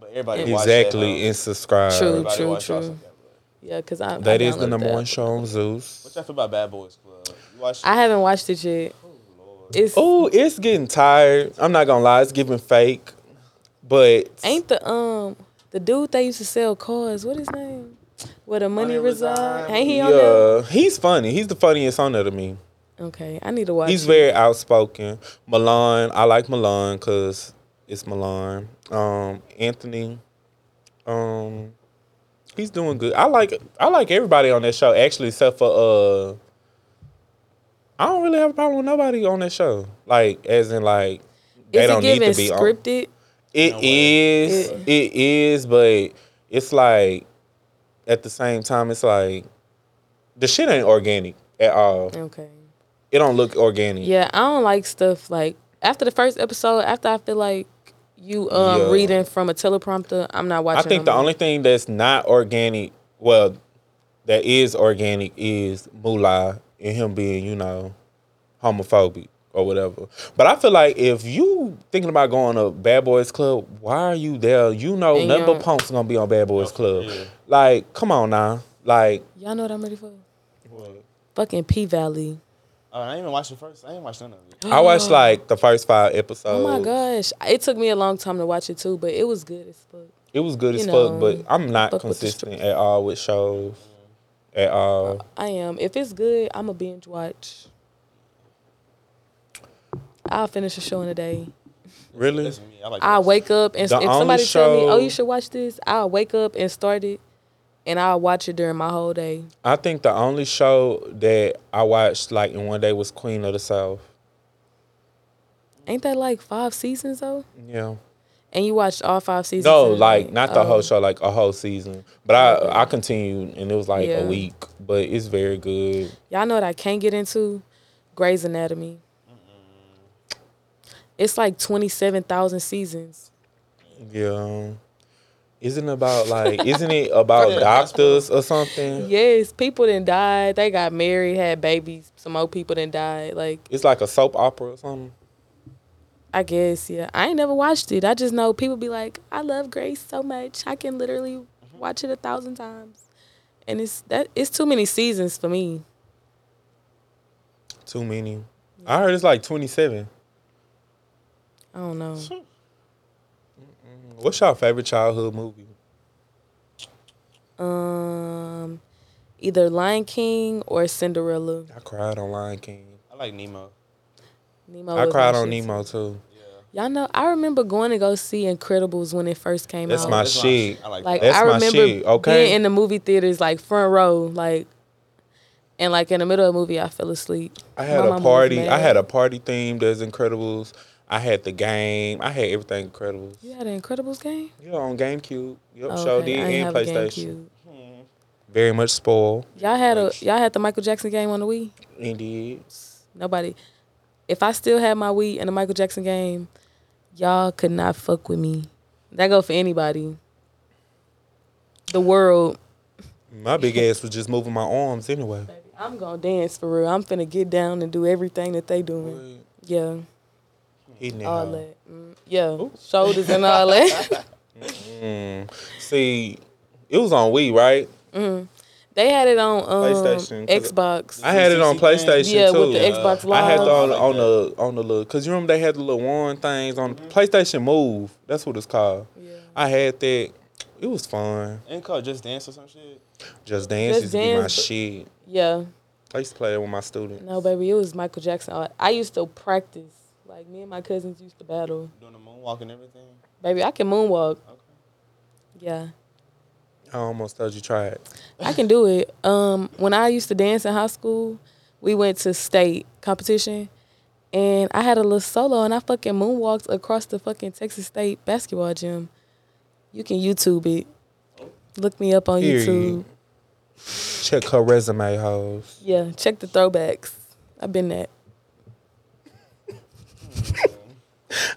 C: But everybody watch that,
B: Exactly,
C: huh?
B: and subscribe.
A: True.
C: Everybody
A: True,
C: watch
A: true.
C: Jocelyn Cabaret.
A: Yeah, cause I
B: That
A: I
B: is the
A: downloaded
B: number
A: app.
B: one show on Zeus.
C: What y'all feel about Bad Boys Club? You watch
A: I haven't watched it yet.
C: Oh, Lord.
A: It's
B: Oh, it's getting tired. I'm not gonna lie, it's giving fake. But
A: ain't the um the dude they used to sell cars. What his name? Where the money,
C: Money
A: reside?
C: reside.
A: Ain't he
B: yeah,
A: on there?
B: he's funny. He's the funniest on there to me.
A: Okay, I need to watch.
B: He's
A: it.
B: very outspoken. Milan, I like Milan because it's Milan. Um, Anthony, um, he's doing good. I like I like everybody on that show actually, except for uh, I don't really have a problem with nobody on that show. Like as in like they
A: Is it
B: don't need
A: given
B: to be on.
A: scripted?
B: It
C: No way.
B: is,
A: It-
B: it is, but it's like at the same time, it's like the shit ain't organic at all.
A: Okay.
B: It don't look organic.
A: Yeah, I don't like stuff like after the first episode. After I feel like you um
B: Yeah.
A: reading from a teleprompter, I'm not watching.
B: I think the
A: I'm
B: only
A: like,
B: thing that's not organic, well, that is organic is Moolah and him being, you know, homophobic or whatever. But I feel like if you thinking about going to Bad Boys Club, why are you there? You know,
A: And
B: number
A: y'all-
B: punk's gonna be on Bad Boys
C: Oh,
B: Club.
C: yeah.
B: Like, come on now, like.
A: y'all know what I'm ready for?
C: What?
A: Fucking P Valley.
C: Oh, I ain't even watch the first. I ain't watch none of it.
B: I watched like uh, the first five
A: Oh
B: episodes.
A: my gosh, it took me a long time to watch it too, but it was good as fuck.
B: It was good
A: You
B: as
A: know,
B: fuck, but I'm not
A: fuck with the Uh,
B: consistent at all with shows. At all.
A: I am. If it's good, I'm a binge watch. I'll finish the show in a day.
B: really?
C: That's me. I like.
A: I
C: watching-
A: wake up and
B: The
A: if
B: only
A: somebody tell me, "Oh,
B: show-
A: you should watch this," I'll wake up and start it, and I'll watch it during my whole day.
B: I think the only show that I watched like in one day was Queen of the South.
A: Ain't that like five seasons though?
B: Yeah.
A: And you watched all five seasons?
B: No,
A: in a
B: like
A: day?
B: not the
A: Oh.
B: whole show, like a whole season. But I I
A: Okay.
B: continued and it was like
A: Yeah.
B: a week. But it's very good.
A: Y'all know what I can't get into? Grey's Anatomy. It's like twenty seven thousand seasons.
B: Yeah. Isn't it about like isn't it about doctors or something?
A: Yes, people then died. They got married, had babies. Some old people then died. Like
B: It's like a soap opera or something.
A: I guess, yeah. I ain't never watched it. I just know people be like, I love Grace so much. I can literally
B: Mm-hmm.
A: watch it a thousand times. And it's that it's too many seasons for me.
B: Too many. I heard it's like twenty seven.
A: I don't know.
B: What's your favorite childhood movie?
A: Um either Lion King or Cinderella.
B: I cried on Lion King.
C: I like Nemo.
A: Nemo.
B: I
A: was
B: cried
A: Oh, my
B: on
A: shit, too.
B: Nemo too.
C: Yeah.
A: Y'all know, I remember going to go see Incredibles when it first came
B: That's
A: out.
B: my shit.
C: I like,
A: like
B: That's
A: I
B: my
A: remember
B: shit, okay?
A: being in the movie theaters, like front row, like, and like in the middle of a movie, I fell asleep.
B: I
A: My
B: had a
A: mama was
B: party. I
A: mad.
B: had a party themed as Incredibles. I had the game. I had everything Incredibles.
A: You had an Incredibles game?
B: Yeah, on GameCube. Yep,
A: Oh,
B: show
A: okay.
B: did
A: I didn't
B: and
A: have a
B: PlayStation.
A: GameCube.
C: Hmm.
B: Very much spoiled.
A: Y'all had a
B: Like-
A: y'all had the Michael Jackson game on the Wii.
B: Indeed.
A: Nobody. If I still had my Wii and the Michael Jackson game, y'all could not fuck with me. That go for anybody. The world.
B: My big ass was just moving my arms anyway.
A: Baby, I'm gonna dance for real. I'm finna get down and do everything that they doing. Yeah,
B: Hitting it
A: all
B: hard.
A: that. Mm, yeah, shoulders and all that.
B: Mm. See, it was on Wii, right?
A: Mm. they had it on um,
B: PlayStation, 'cause it-
A: Xbox.
B: I had it on
C: 360 thing?
B: PlayStation
A: yeah,
B: too.
A: with the Xbox
B: I
A: Live.
B: had the on,
C: Like
B: on
C: that.
B: the on the little cause you remember they had the little one things on PlayStation Move. That's what it's called.
A: Yeah.
B: I had that. It was fun.
C: ain't called Just Dance or some shit.
B: Just dance
A: Just
B: used to be my
A: Dance, but-
B: shit.
A: yeah.
B: I used to play that with my students.
A: No, baby, it was Michael Jackson. I- I used to practice. Like me and my cousins used to battle.
C: Doing the moonwalk and everything.
A: Baby, I can moonwalk.
C: Okay.
A: Yeah,
B: I almost told you try it.
A: I can do it. Um, when I used to dance in high school, we went to state competition, and I had a little solo, and I fucking moonwalked across the fucking Texas State basketball gym. You can YouTube it. Look me up on
B: Period.
A: YouTube.
B: Check her resume, hoes.
A: Yeah, check the throwbacks. I've been that.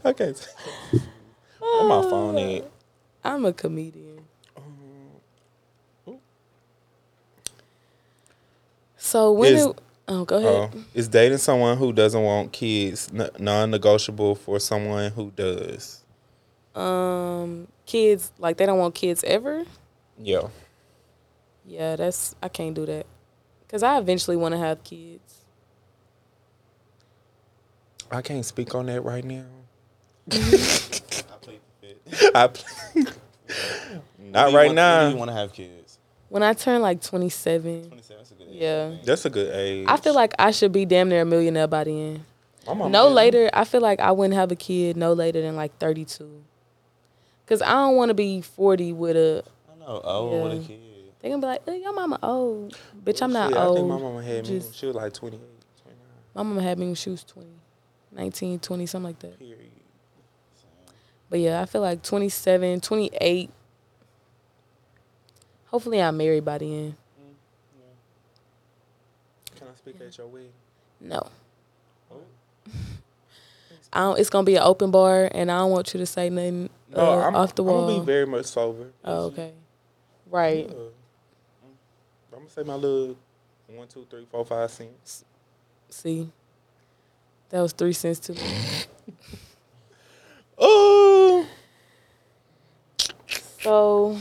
B: Okay. Where my phone at?
A: I'm a comedian.
B: Oh.
A: So when
B: Is-
A: it, oh go
B: Oh,
A: ahead.
B: is dating someone who doesn't want kids n- non-negotiable for someone who does?
A: Um, kids like they don't want kids ever.
B: Yeah.
A: Yeah, that's I can't do that because I eventually want to have kids.
B: I can't speak on that right now.
C: I played the fit.
B: I Not right now.
C: You want to have kids.
A: When I turn like 27,
C: 27, that's a good age.
A: Yeah.
C: I think.
B: That's a good age.
A: I feel like I should be damn near a millionaire by the end.
B: My mama
A: No
B: did.
A: later, I feel like I wouldn't have a kid no later than like 32. Cause I don't want to be 40 with a.
C: I don't know. Oh, with
A: Yeah.
C: a kid.
A: They gonna be like, "Uh, your mama old, bitch. I'm not
B: Oh, Shit, I
A: old.
B: think my mama had me. when
A: Just-
B: She was like 28, 29.
A: My mama had me when she was 20, 19, 20, something like that.
B: Period.
A: But yeah, I feel like 27, 28. Hopefully, I'm married by the end.
B: Can I speak at your wedding?
A: No.
B: Oh.
A: I don't, it's gonna be an open bar, and I don't want you to say nothing
B: No,
A: uh,
B: I'm,
A: off the
B: I'm
A: wall.
B: gonna be very much sober.
A: oh, okay. Right.
B: Yeah. I'm gonna say my little one, two, three, four, five cents.
A: See, that was three cents too. much.
B: Oh,
A: Um, So,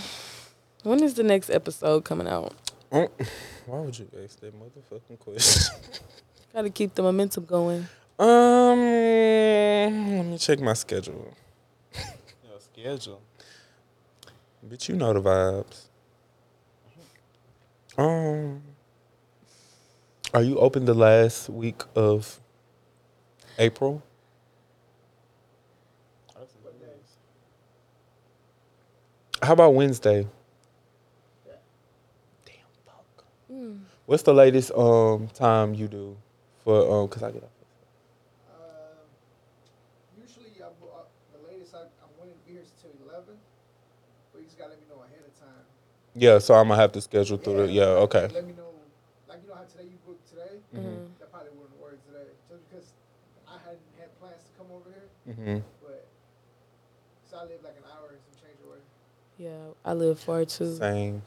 A: when is the next episode coming out?
B: why would you ask that motherfucking question?
A: Got to keep the momentum going.
B: um, let me check my schedule.
C: Yo, schedule.
B: Bitch, you know the vibes. Um, are you open the last week of April?
C: Oh, that's a good days.
B: How about Wednesday? Damn fuck. What's the latest um time you do for um? Cause I get up.
D: Uh, usually, I, bo- uh, the latest I, I'm winning beers till 11, but you just gotta let me know ahead of time.
B: Yeah, so I'm gonna have to schedule through. the, yeah okay.
D: Let me know, like you know how today you booked today.
A: Mm-hmm.
B: Mhm.
D: That probably wouldn't work today, just because I hadn't had plans to come over here,
B: Mm-hmm.
D: but so I live like an hour and some change away.
A: Yeah, I live far too.
B: Same.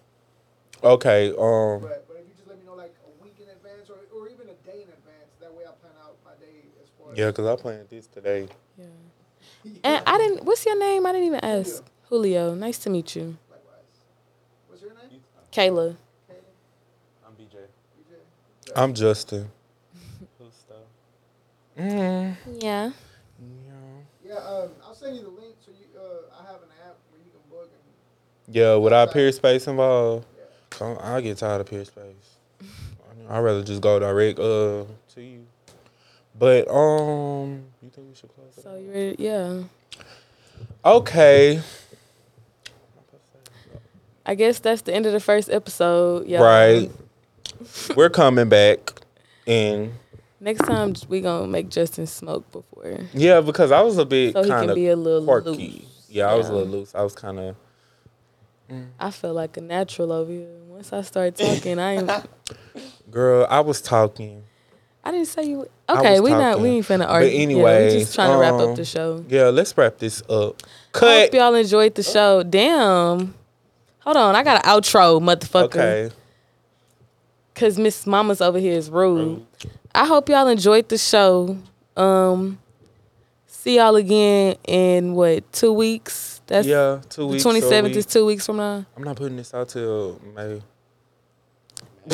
B: Okay. Um.
D: But but if you just let me know like a week in advance or or even a day in advance, that way I plan out my day as far.
B: Yeah,
D: as,
B: cause I planned this today.
A: Yeah.
D: Yeah,
A: And I didn't. What's your name? I didn't even
D: Julio.
A: ask. Julio. Nice to meet you.
D: Likewise. What's your name?
C: You-
A: Kayla.
D: Caleb?
C: I'm BJ.
D: BJ?
B: I'm Justin.
C: Who's stuff?
D: Mm-hmm.
B: Mm.
A: Yeah.
D: Yeah, um, I'll send you the link so you. Uh, I have an app where you can book and
B: Yeah, without peer space involved,
D: yeah.
B: I I get tired of peer space. I mean, I'd rather just go direct uh to you. But um, you think we should close? it
A: So
B: out?
A: you ready? Yeah.
B: okay,
A: I guess that's the end of the first episode. y'all.
B: right? We're coming back, and
A: Next time we gonna make Justin smoke before,
B: yeah, because I was a bit
A: so he
B: kind
A: can
B: of
A: be a little
B: quirky.
A: loose.
B: Yeah, I was a
A: Yeah.
B: little loose. I was kind of.
A: I feel like a natural over here. Once I start talking, I ain't,
B: Girl, I was talking.
A: I didn't say you.
B: was
A: Okay, we not we
B: talking.
A: ain't finna
B: But
A: argue. yeah, we
B: anyways,
A: just trying to wrap up
B: um,
A: the show.
B: Yeah, let's wrap this up.
A: I
B: Cut.
A: Hope y'all enjoyed the show. Damn. Hold on, I got an outro, motherfucker.
B: Okay.
A: Cause Miss Mama's over here is rude. I hope y'all enjoyed the show. Um, see y'all again in what two weeks? That's
B: yeah, two
A: the
B: weeks.
A: twenty seventh is
B: is.
A: two weeks from now.
B: I'm not putting this out till May.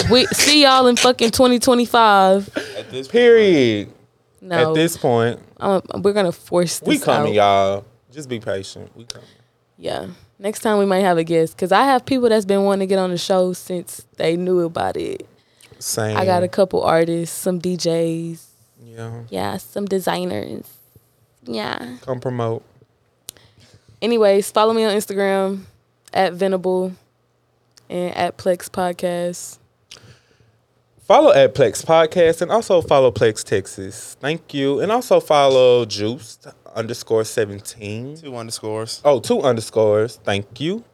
A: We see y'all in fucking twenty twenty five.
C: At this
B: Period.
A: No,
B: At this point,
A: I'm- we're gonna force this
B: we coming,
A: out.
B: y'all. Just be patient. We coming.
A: Yeah, next time we might have a guest. Cause I have people that's been wanting to get on the show since they knew about it.
B: Same.
A: I got a couple artists, some DJs,
B: Yeah.
A: yeah, some designers, yeah.
B: Come promote.
A: Anyways, follow me on Instagram at Venable and at Plex Podcast.
B: Follow at Plex Podcast and also follow Plex Texas. Thank you. And also follow Juice underscore 17.
C: point, two underscores.
B: Oh, two underscores. Thank you.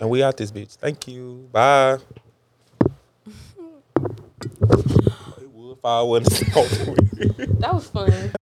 B: And we out this bitch. Thank you. Bye. it would Oh, if I wasn't smoking.
A: That was fun.